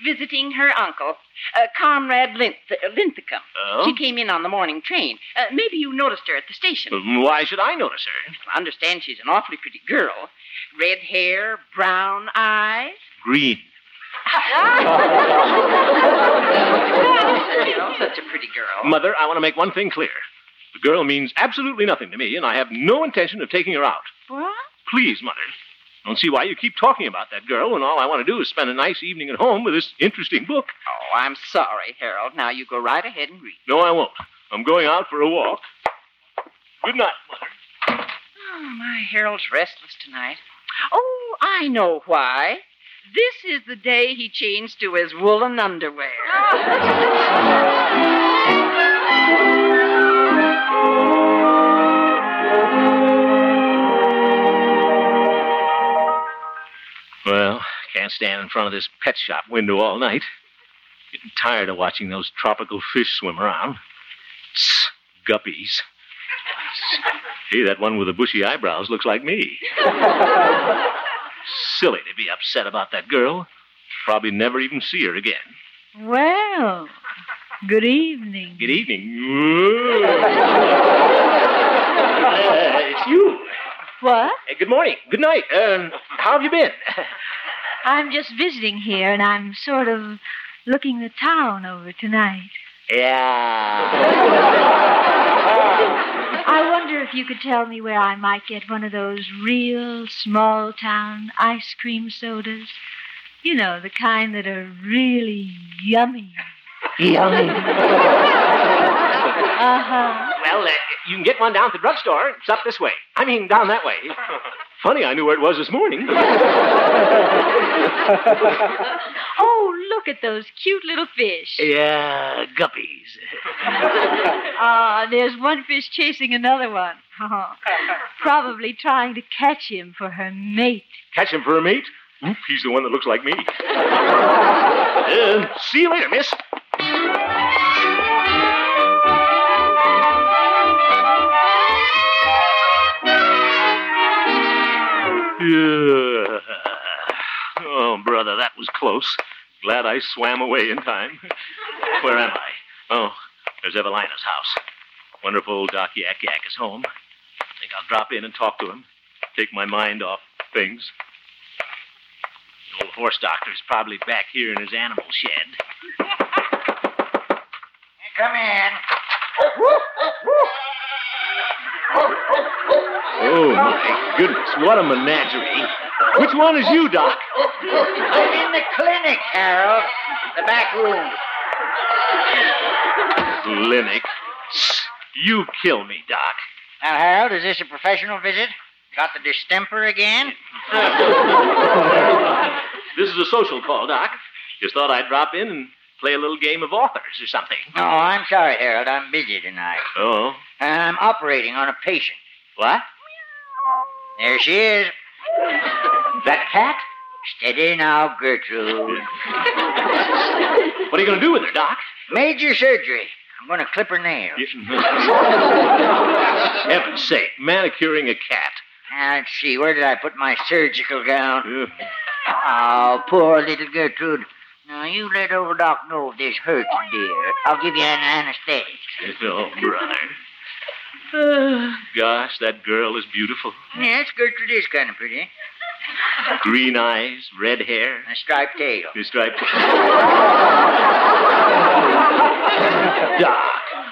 Speaker 16: visiting her uncle, uh, Comrade Linth- uh, Linthicum.
Speaker 13: Oh?
Speaker 16: She came in on the morning train. Uh, maybe you noticed her at the station.
Speaker 13: Why should I notice her?
Speaker 16: I understand she's an awfully pretty girl. Red hair, brown eyes.
Speaker 13: Green.
Speaker 16: you know, such a pretty girl.
Speaker 13: Mother, I want to make one thing clear. The girl means absolutely nothing to me, and I have no intention of taking her out.
Speaker 16: What?
Speaker 13: Please, Mother. I don't see why you keep talking about that girl when all I want to do is spend a nice evening at home with this interesting book.
Speaker 16: Oh, I'm sorry, Harold. Now you go right ahead and read.
Speaker 13: No, I won't. I'm going out for a walk. Good night,
Speaker 16: Oh, my Harold's restless tonight. Oh, I know why. This is the day he changed to his woolen underwear.
Speaker 13: Well, can't stand in front of this pet shop window all night. Getting tired of watching those tropical fish swim around. Tss, guppies. Hey, that one with the bushy eyebrows looks like me. Silly to be upset about that girl. Probably never even see her again.
Speaker 17: Well, good evening.
Speaker 13: Good evening. Uh, it's you.
Speaker 17: What?
Speaker 13: Uh, good morning. Good night. Um, how have you been?
Speaker 17: I'm just visiting here, and I'm sort of looking the town over tonight.
Speaker 13: Yeah.
Speaker 17: I wonder if you could tell me where I might get one of those real small town ice cream sodas. You know, the kind that are really yummy.
Speaker 13: Yummy.
Speaker 17: Uh huh.
Speaker 13: Well, uh, you can get one down at the drugstore. It's up this way. I mean, down that way. Funny, I knew where it was this morning.
Speaker 17: Oh, look at those cute little fish.
Speaker 13: yeah, guppies.
Speaker 17: Ah, there's one fish chasing another one. Probably trying to catch him for her mate.
Speaker 13: Catch him for a mate? Oop, he's the one that looks like me. Uh, see you later, miss. Yeah. Oh, brother, that was close. Glad I swam away in time. Where am I? Oh, there's Evelina's house. Wonderful old Doc Yak Yak is home. Think I'll drop in and talk to him. Take my mind off things. The old horse doctor's probably back here in his animal shed.
Speaker 15: Come in.
Speaker 13: Oh, my goodness. What a menagerie. Which one is you, Doc?
Speaker 15: I'm in the clinic, Harold. The back room.
Speaker 13: Clinic. You kill me, Doc.
Speaker 15: Now, Harold, is this a professional visit? Got the distemper again?
Speaker 13: This is a social call, Doc. Just thought I'd drop in and play a little game of authors or something.
Speaker 15: No, I'm sorry, Harold. I'm busy tonight.
Speaker 13: Oh?
Speaker 15: And I'm operating on a patient.
Speaker 13: What?
Speaker 15: There she is. That cat? Steady now, Gertrude.
Speaker 13: What are you going to do with her, Doc?
Speaker 15: Major surgery. I'm going to clip her nails.
Speaker 13: Heaven's sake, manicuring a cat.
Speaker 15: Now, let's see, where did I put my surgical gown? Oh, poor little Gertrude. Now, you let old Doc know if this hurts, dear. I'll give you an anesthetic.
Speaker 13: Oh, brother. Gosh, that girl is beautiful.
Speaker 15: yes, Gertrude is kind of pretty.
Speaker 13: Green eyes, red hair.
Speaker 15: A striped tail.
Speaker 13: A striped Doc.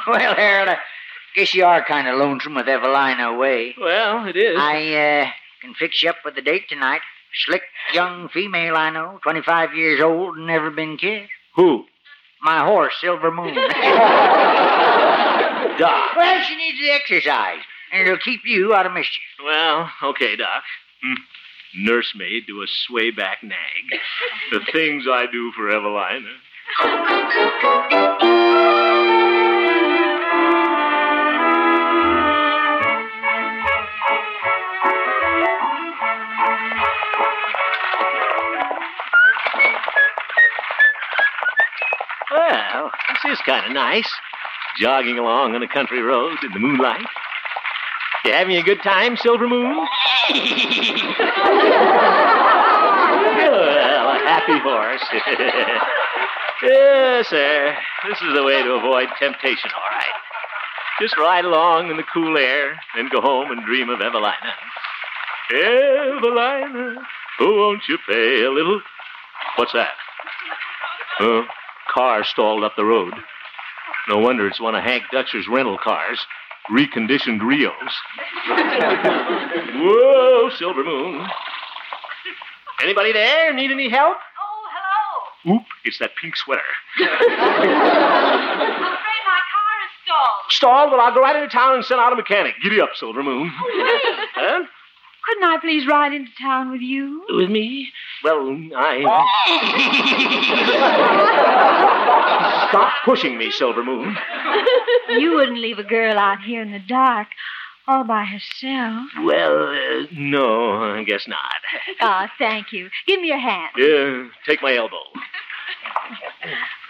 Speaker 15: Well, Harold, I guess you are kind of lonesome with Evelina away.
Speaker 13: Well, it is.
Speaker 15: I uh, can fix you up with a date tonight. Slick young female I know, 25 years old, never been kissed.
Speaker 13: Who?
Speaker 15: My horse, Silver Moon.
Speaker 13: Doc.
Speaker 15: Well, she needs the exercise, and it'll keep you out of mischief.
Speaker 13: Well, okay, Doc. Hmm. Nursemaid to a sway back nag. the things I do for Evelina. Well, this is kind of nice. Jogging along on a country road in the moonlight. You having a good time, Silver Moon? well, a happy horse. yes, sir. This is the way to avoid temptation, all right. Just ride along in the cool air, then go home and dream of Evelina. Evelina, oh, won't you pay a little? What's that? Uh, car stalled up the road. No wonder it's one of Hank Dutcher's rental cars, reconditioned Rios. Whoa, Silver Moon. Anybody there? Need any help? Oop, it's that pink sweater.
Speaker 14: I'm afraid my car is stalled.
Speaker 13: Stalled? Well, I'll go right into town and send out a mechanic. Giddy up, Silver Moon. huh?
Speaker 17: Couldn't I please ride into town with you?
Speaker 13: With me? Well, I. Stop pushing me, Silver Moon.
Speaker 17: you wouldn't leave a girl out here in the dark all by herself.
Speaker 13: Well, uh, no, I guess not.
Speaker 17: Ah, thank you. Give me your hand.
Speaker 13: Uh, take my elbow.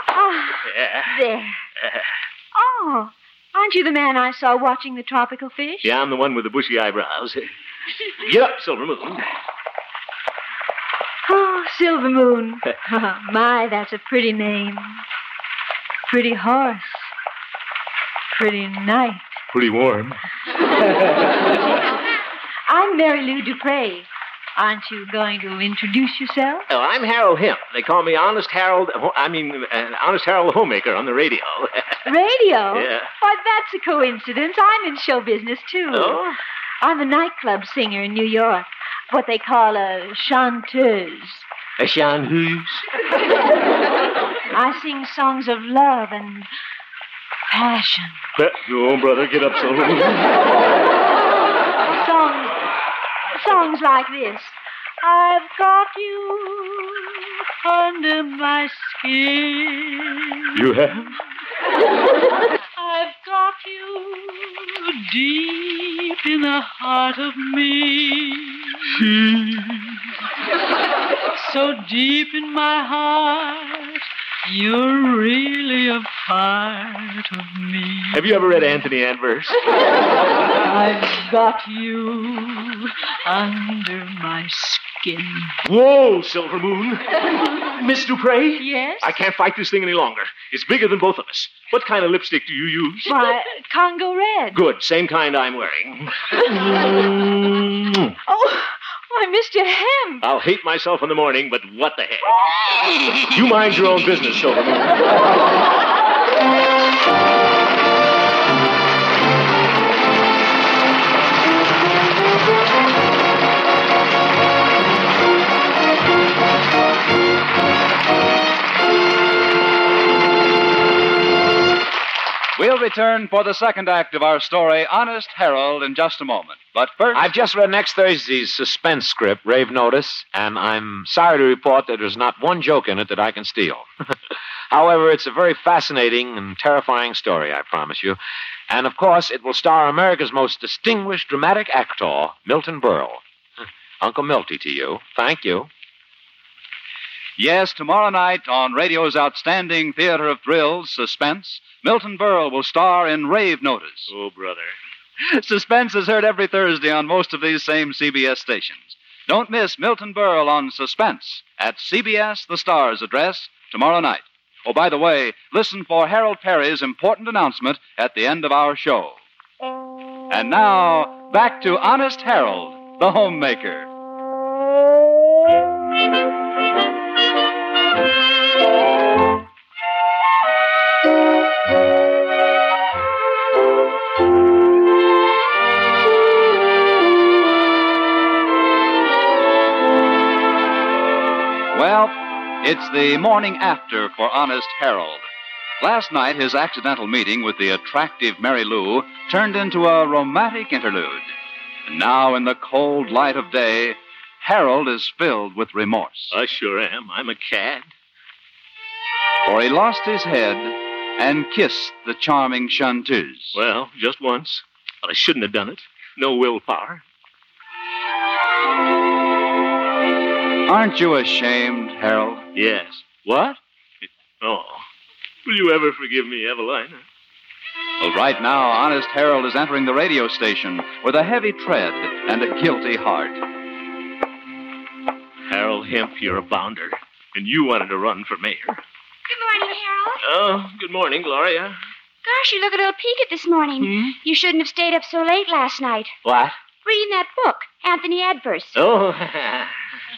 Speaker 17: Ah,
Speaker 13: Yeah.
Speaker 17: there.
Speaker 13: Uh,
Speaker 17: Oh, aren't you the man I saw watching the tropical fish?
Speaker 13: yeah, I'm the one with the bushy eyebrows. Get up, Silver Moon.
Speaker 17: Oh, Silver Moon. My, that's a pretty name. Pretty horse. Pretty night.
Speaker 13: Pretty warm.
Speaker 17: I'm Mary Lou Dupre. Aren't you going to introduce yourself?
Speaker 13: Oh, I'm Harold Hemp. They call me Honest Harold. I mean, uh, Honest Harold Homemaker on the radio.
Speaker 17: Radio?
Speaker 13: Yeah.
Speaker 17: Why, that's a coincidence. I'm in show business, too.
Speaker 13: Oh?
Speaker 17: I'm a nightclub singer in New York, what they call a chanteuse.
Speaker 13: A chanteuse.
Speaker 17: I sing songs of love and passion.
Speaker 13: Your own brother. Get up, Silver Moon.
Speaker 17: Songs, songs like this. I've got you under my skin.
Speaker 13: You have?
Speaker 14: I've got you deep in the heart of me. so deep in my heart, you're really a part of me.
Speaker 13: Have you ever read Anthony Adverse?
Speaker 14: I've got you under my skin.
Speaker 13: Whoa, Silver Moon. Miss Dupre?
Speaker 17: Yes?
Speaker 13: I can't fight this thing any longer. It's bigger than both of us. What kind of lipstick do you use?
Speaker 17: Why, Congo Red.
Speaker 13: Good, same kind I'm wearing. Mm.
Speaker 18: Mm-hmm.
Speaker 17: Oh, oh, I missed your hem.
Speaker 13: I'll hate myself in the morning, but what the heck? You mind your own business, Silver Moon.
Speaker 12: We'll return for the second act of our story, Honest Harold, in just a moment. But first.
Speaker 19: I've just read next Thursday's suspense script, Rave Notice, and I'm sorry to report that there's not one joke in it that I can steal. However, it's a very fascinating and terrifying story, I promise you. And of course, it will star America's most distinguished dramatic actor, Milton Berle. Uncle Milty to you. Thank you.
Speaker 12: Yes, tomorrow night on radio's outstanding theater of thrills, Suspense, Milton Berle will star in Rave Notice. Oh, brother. Suspense is heard every Thursday on most of these same CBS stations. Don't miss Milton Berle on Suspense at CBS The Star's address tomorrow night. Oh, by the way, listen for Harold Perry's important announcement at the end of our show. And now, back to Honest Harold, the homemaker. Well, it's the morning after for Honest Harold. Last night, his accidental meeting with the attractive Mary Lou turned into a romantic interlude. And now, in the cold light of day, Harold is filled with remorse. I sure am. I'm a cad. For he lost his head and kissed the charming Chanteuse.
Speaker 13: Well, just once. But I shouldn't have done it. No willpower.
Speaker 12: Aren't you ashamed, Harold?
Speaker 13: Yes. What? Oh. Will you ever forgive me, Evelina?
Speaker 12: Well, right now, Honest Harold is entering the radio station with a heavy tread and a guilty heart.
Speaker 13: Harold Hemp, you're a bounder. And you wanted to run for mayor.
Speaker 18: Good morning, Harold.
Speaker 13: Oh, good morning, Gloria.
Speaker 18: Gosh, you look a little peaked this morning. You shouldn't have stayed up so late last night.
Speaker 13: What?
Speaker 18: Reading that book, Anthony Adverse.
Speaker 13: Oh.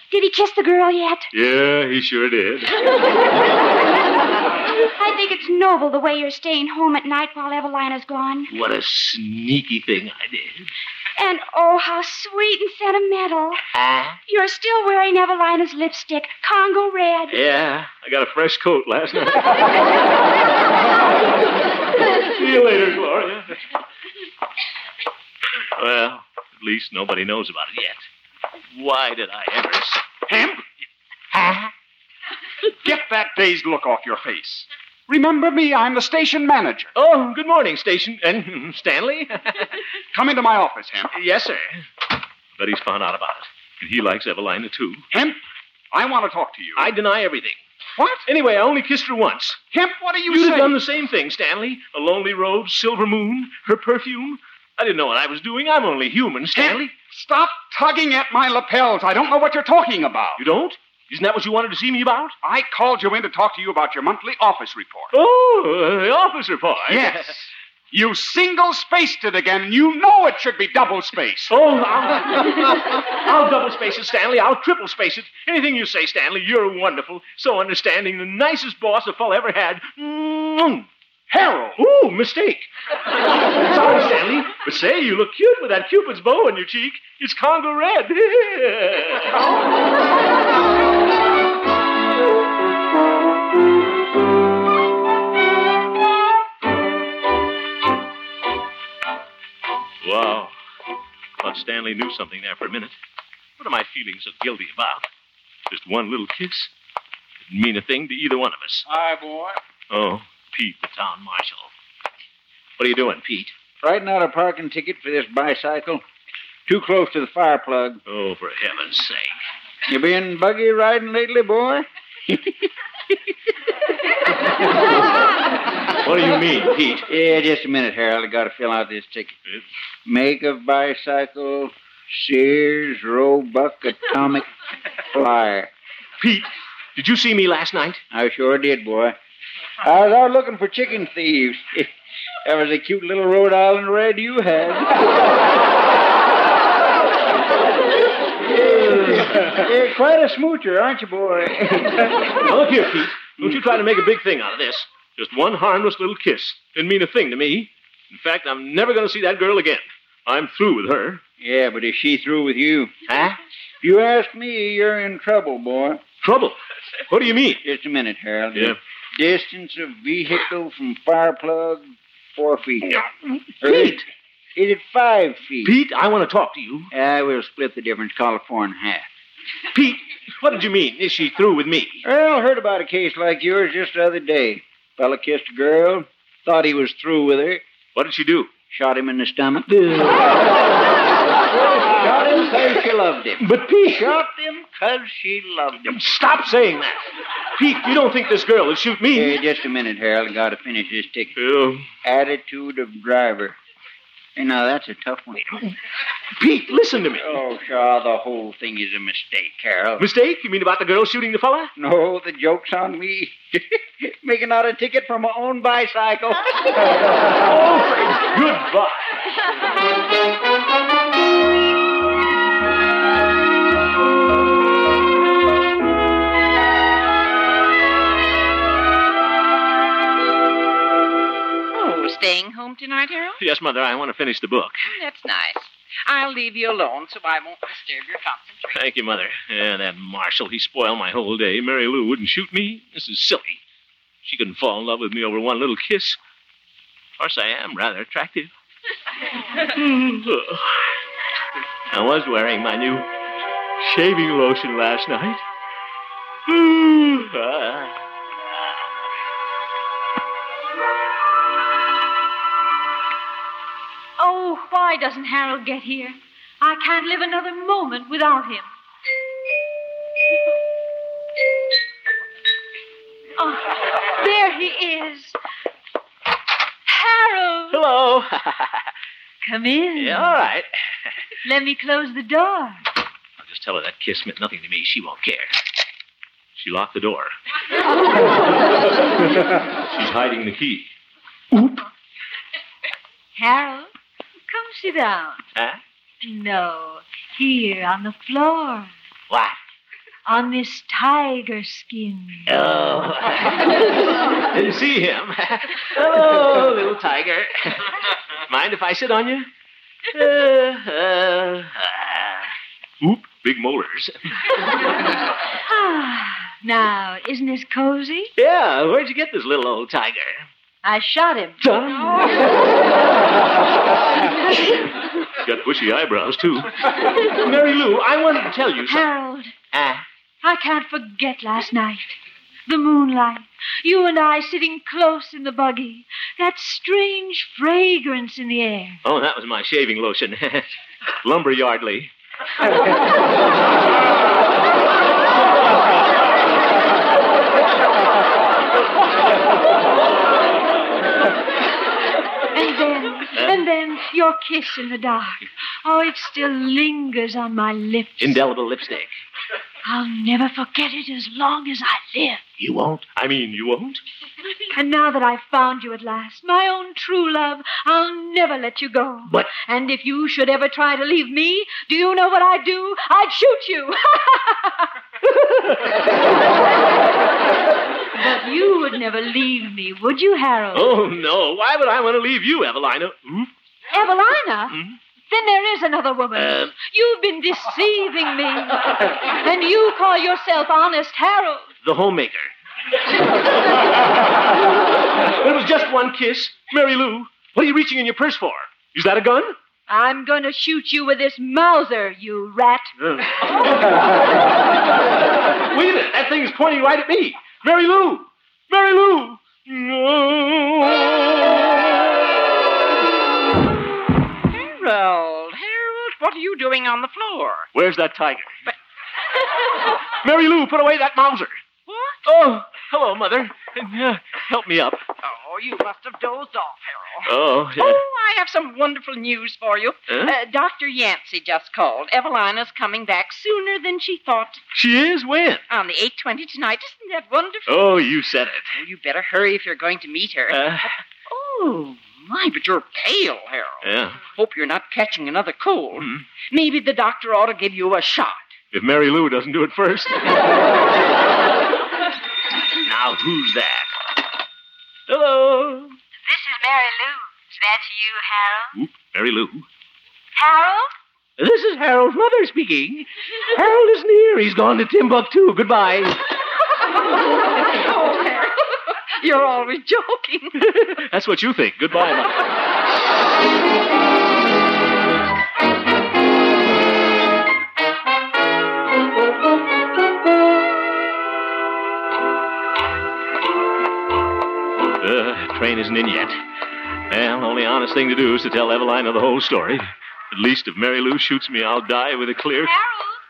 Speaker 18: Did he kiss the girl yet?
Speaker 13: yeah, he sure did.
Speaker 18: I think it's noble the way you're staying home at night while Evelina's gone.
Speaker 13: What a sneaky thing I did.
Speaker 18: And oh, how sweet and sentimental.
Speaker 13: Huh?
Speaker 18: You're still wearing Evelina's lipstick, Congo Red.
Speaker 13: Yeah, I got a fresh coat last night. See you later, Gloria. well, at least nobody knows about it yet. Why did I ever. s- Hemp?
Speaker 20: Get that dazed look off your face. Remember me, I'm the station manager. Oh, good morning, station. And Stanley? Come into my office, Hemp. Yes, sir.
Speaker 13: But he's found out about it. And he likes Evelina, too.
Speaker 20: Hemp, I want to talk to you.
Speaker 13: I deny everything.
Speaker 20: What?
Speaker 13: Anyway, I only kissed her once.
Speaker 20: Hemp, what are you
Speaker 13: You'd
Speaker 20: saying?
Speaker 13: have done the same thing, Stanley. A lonely robe, silver moon, her perfume. I didn't know what I was doing. I'm only human, Stanley.
Speaker 20: Stop tugging at my lapels. I don't know what you're talking about.
Speaker 13: You don't? Isn't that what you wanted to see me about?
Speaker 20: I called you in to talk to you about your monthly office report.
Speaker 13: Oh, the office report.
Speaker 20: Yes. You single spaced it again. You know it should be double spaced.
Speaker 13: Oh, I'll, I'll double space it, Stanley. I'll triple space it. Anything you say, Stanley. You're wonderful. So understanding. The nicest boss a fellow ever had. mm Harold. Ooh, mistake. Sorry, Stanley. But say, you look cute with that Cupid's bow on your cheek. It's Congo red. wow. Thought Stanley knew something there for a minute. What am I feeling so guilty about? Just one little kiss? Didn't mean a thing to either one of us.
Speaker 20: Hi, boy.
Speaker 13: Oh, Pete, the town marshal. What are you doing, Pete?
Speaker 21: Writing out a parking ticket for this bicycle. Too close to the fire plug.
Speaker 13: Oh, for heaven's sake.
Speaker 21: You been buggy riding lately, boy?
Speaker 13: What do you mean, Pete?
Speaker 21: Yeah, just a minute, Harold. I gotta fill out this ticket. Make of bicycle, Sears, Roebuck, Atomic, Flyer.
Speaker 13: Pete, did you see me last night?
Speaker 21: I sure did, boy. I was out looking for chicken thieves. that was a cute little Rhode Island red you had. You're quite a smoocher, aren't you, boy?
Speaker 13: Now, look here, Pete. Don't you try to make a big thing out of this. Just one harmless little kiss. Didn't mean a thing to me. In fact, I'm never going to see that girl again. I'm through with her.
Speaker 21: Yeah, but is she through with you? Huh? If you ask me, you're in trouble, boy.
Speaker 13: Trouble? What do you mean?
Speaker 21: Just a minute, Harold.
Speaker 13: Yeah.
Speaker 21: Distance of vehicle from fire plug, four feet. Or is it- Is it five feet?
Speaker 7: Pete, I want to talk to you.
Speaker 21: I will split the difference, call it four and a half.
Speaker 7: Pete, what did you mean? Is she through with me?
Speaker 21: Well, heard about a case like yours just the other day. Fella kissed a girl, thought he was through with her.
Speaker 13: What did she do?
Speaker 21: Shot him in the stomach. Shot him because she loved him.
Speaker 7: But Pete-
Speaker 21: Shot him because she loved him.
Speaker 7: Stop saying that. Pete, you don't think this girl will shoot me?
Speaker 21: Hey, just a minute, Harold. Got to finish this ticket. Attitude of driver. Hey, now that's a tough one.
Speaker 7: Pete, listen to me.
Speaker 21: Oh, Shaw, the whole thing is a mistake, Harold.
Speaker 7: Mistake? You mean about the girl shooting the fella?
Speaker 21: No, the joke's on me. Making out a ticket for my own bicycle.
Speaker 7: Goodbye.
Speaker 16: Oh, staying home tonight, Harold? Oh,
Speaker 13: Yes, Mother, I want to finish the book.
Speaker 16: That's nice. I'll leave you alone so I won't disturb your concentration.
Speaker 13: Thank you, Mother. Yeah, that Marshall, he spoiled my whole day. Mary Lou wouldn't shoot me. This is silly. She couldn't fall in love with me over one little kiss. Of course, I am rather attractive. I was wearing my new shaving lotion last night. Ah.
Speaker 17: Oh, why doesn't Harold get here? I can't live another moment without him. Oh, there he is. Harold!
Speaker 7: Hello.
Speaker 17: Come in.
Speaker 13: Yeah, all right.
Speaker 17: Let me close the door.
Speaker 13: I'll just tell her that kiss meant nothing to me. She won't care. She locked the door. She's hiding the key.
Speaker 17: Harold, come sit down.
Speaker 13: Huh?
Speaker 17: No, here on the floor,
Speaker 13: What?
Speaker 17: on this tiger skin.
Speaker 13: Oh. See him. Hello, Oh, little tiger. Mind if I sit on you? Uh, uh, ah. Oop, big molars.
Speaker 17: Ah, now, isn't this cozy?
Speaker 13: Yeah, where'd you get this little old tiger?
Speaker 17: I shot him.
Speaker 13: He's got bushy eyebrows, too. Mary Lou, I wanted to tell you something.
Speaker 17: Harold,
Speaker 13: Ah,
Speaker 17: I can't forget last night. The moonlight, you and I sitting close in the buggy, that strange fragrance in the air.
Speaker 13: oh, that was my shaving lotion. Lumber Yardley.
Speaker 17: And then, and then your kiss in the dark. Oh, it still lingers on my lips.
Speaker 13: Indelible lipstick.
Speaker 17: I'll never forget it as long as I live.
Speaker 13: You won't? I mean, you won't?
Speaker 17: And now that I've found you at last, my own true love, I'll never let you go.
Speaker 13: But-
Speaker 17: And if you should ever try to leave me, do you know what I'd do? I'd shoot you. but you would never leave me, would you, Harold?
Speaker 13: Oh, no. Why would I want to leave you, Evelina? Oop.
Speaker 17: Evelina? Then there is another woman.
Speaker 13: Um.
Speaker 17: You've been deceiving me. and you call yourself Honest Harold.
Speaker 13: The homemaker. it was just one kiss. Mary Lou, what are you reaching in your purse for? Is that a gun?
Speaker 17: I'm going to shoot you with this Mauser, you rat.
Speaker 13: Wait a minute. That thing is pointing right at me. Mary Lou! Mary Lou!
Speaker 16: Harold, Harold, what are you doing on the floor?
Speaker 13: Where's that tiger? Mary Lou, put away that Mauser.
Speaker 16: What?
Speaker 13: Oh, hello, Mother. Uh, Help me up.
Speaker 16: Oh, you must have dozed off, Harold.
Speaker 13: Oh, yeah.
Speaker 16: Oh, I have some wonderful news for you.
Speaker 13: Huh?
Speaker 16: Uh, Dr. Yancey just called. Evelina's coming back sooner than she thought.
Speaker 13: She is? When?
Speaker 16: On the 8.20 tonight. Isn't that wonderful?
Speaker 13: Oh, you said it.
Speaker 16: Well, you better hurry if you're going to meet her.
Speaker 13: Uh.
Speaker 16: Oh, my, but you're pale, Harold.
Speaker 13: Yeah.
Speaker 16: Hope you're not catching another cold.
Speaker 13: Mm-hmm.
Speaker 16: Maybe the doctor ought to give you a shot.
Speaker 13: If Mary Lou doesn't do it first. now, who's that? Hello.
Speaker 22: This is Mary Lou. Is that you, Harold?
Speaker 13: Oop, Mary Lou.
Speaker 22: Harold?
Speaker 7: This is Harold's mother speaking. Harold isn't here. He's gone to Timbuktu. Goodbye.
Speaker 16: You're always joking.
Speaker 13: That's what you think. Goodbye, Mike. Uh, train isn't in yet. Well, only honest thing to do is to tell Evelina the whole story. At least if Mary Lou shoots me, I'll die with a clear.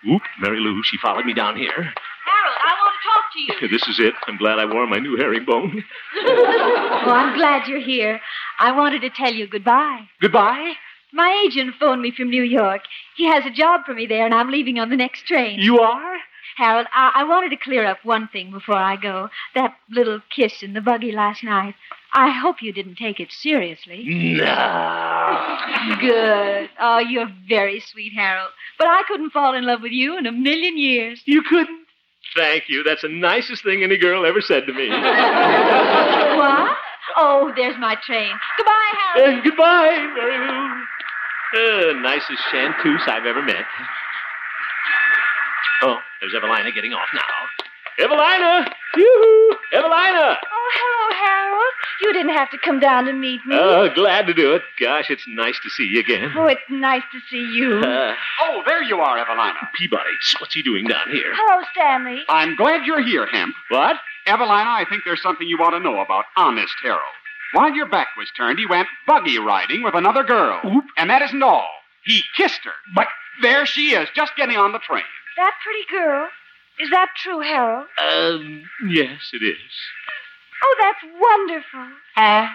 Speaker 13: Oop, Mary Lou, she followed me down here.
Speaker 22: Harold, I want to talk to you.
Speaker 13: This is it. I'm glad I wore my new herringbone.
Speaker 17: Oh, I'm glad you're here. I wanted to tell you goodbye.
Speaker 13: Goodbye?
Speaker 17: My agent phoned me from New York. He has a job for me there, and I'm leaving on the next train.
Speaker 13: You are?
Speaker 17: Harold, I, I wanted to clear up one thing before I go. That little kiss in the buggy last night. I hope you didn't take it seriously. Good. Oh, you're very sweet, Harold. But I couldn't fall in love with you in a million years.
Speaker 13: You couldn't? Thank you. That's the nicest thing any girl ever said to me.
Speaker 17: what? Oh, there's my train. Goodbye, Harold.
Speaker 13: And goodbye, Mary Lou. Uh, nicest chanteuse I've ever met. Oh, there's Evelina getting off now. Evelina! Yoo-hoo! Evelina!
Speaker 22: Oh, hello, Harold.
Speaker 17: You didn't have to come down to meet me.
Speaker 13: Oh, glad to do it. Gosh, it's nice to see you again.
Speaker 17: Oh, it's nice to see you.
Speaker 13: oh, there you are, Evelina. Peabody, what's he doing down here?
Speaker 17: Hello, Stanley.
Speaker 20: I'm glad you're here, Hemp.
Speaker 13: What?
Speaker 20: Evelina, I think there's something you ought to know about Honest Harold. While your back was turned, he went buggy riding with another girl. And that isn't all. He kissed her. But there she is, just getting on the train.
Speaker 17: That pretty girl. Is that true, Harold?
Speaker 13: Um, yes, it is.
Speaker 17: Oh, that's wonderful. Oh,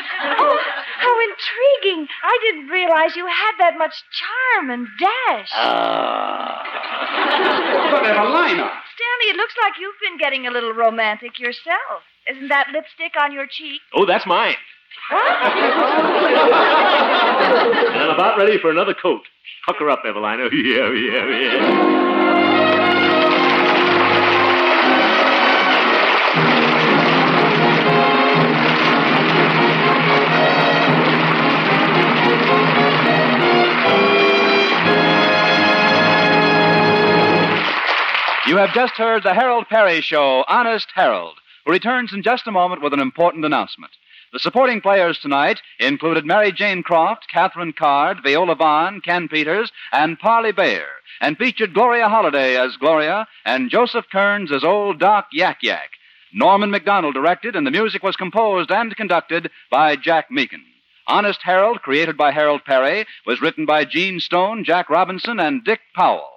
Speaker 17: how intriguing. I didn't realize you had that much charm and dash.
Speaker 20: But Evelina,
Speaker 17: Stanley, it looks like you've been getting a little romantic yourself. Isn't that lipstick on your cheek?
Speaker 13: Oh, that's mine. And I'm about ready for another coat. Huck her up, Evelina. Yeah, oh, yeah, yeah.
Speaker 12: You have just heard the Harold Perry Show, Honest Harold, who returns in just a moment with an important announcement. The supporting players tonight included Mary Jane Croft, Catherine Card, Viola Vaughn, Ken Peters, and Parley Bayer, and featured Gloria Holliday as Gloria and Joseph Kearns as Old Doc Yak Yak. Norman McDonald directed, and the music was composed and conducted by Jack Meakin. Honest Harold, created by Harold Perry, was written by Gene Stone, Jack Robinson, and Dick Powell.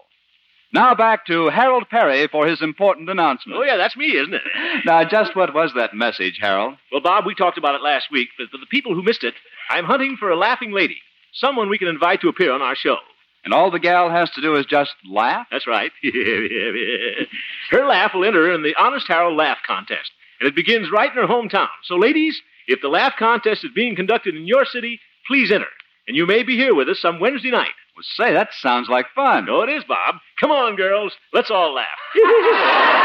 Speaker 12: Now back to Harold Perry for his important announcement.
Speaker 13: Oh, yeah, that's me, isn't it?
Speaker 12: Now, just what was that message, Harold?
Speaker 13: Well, Bob, we talked about it last week, but for the people who missed it, I'm hunting for a laughing lady, someone we can invite to appear on our show.
Speaker 12: And all the gal has to do is just laugh?
Speaker 13: That's right. her laugh will enter her in the Honest Harold Laugh Contest, and it begins right in her hometown. So, ladies, if the laugh contest is being conducted in your city, please enter. And you may be here with us some Wednesday night.
Speaker 12: Well, say, that sounds like fun.
Speaker 13: No, it is, Bob. Come on, girls. Let's all laugh.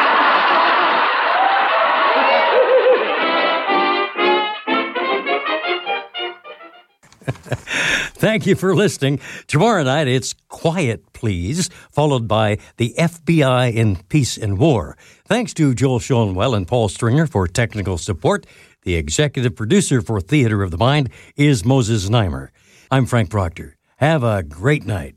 Speaker 1: Thank you for listening. Tomorrow night it's Quiet Please, followed by the FBI in Peace and War. Thanks to Joel Schoenwell and Paul Stringer for technical support. The executive producer for Theater of the Mind is Moses Neimer. I'm Frank Proctor. Have a great night.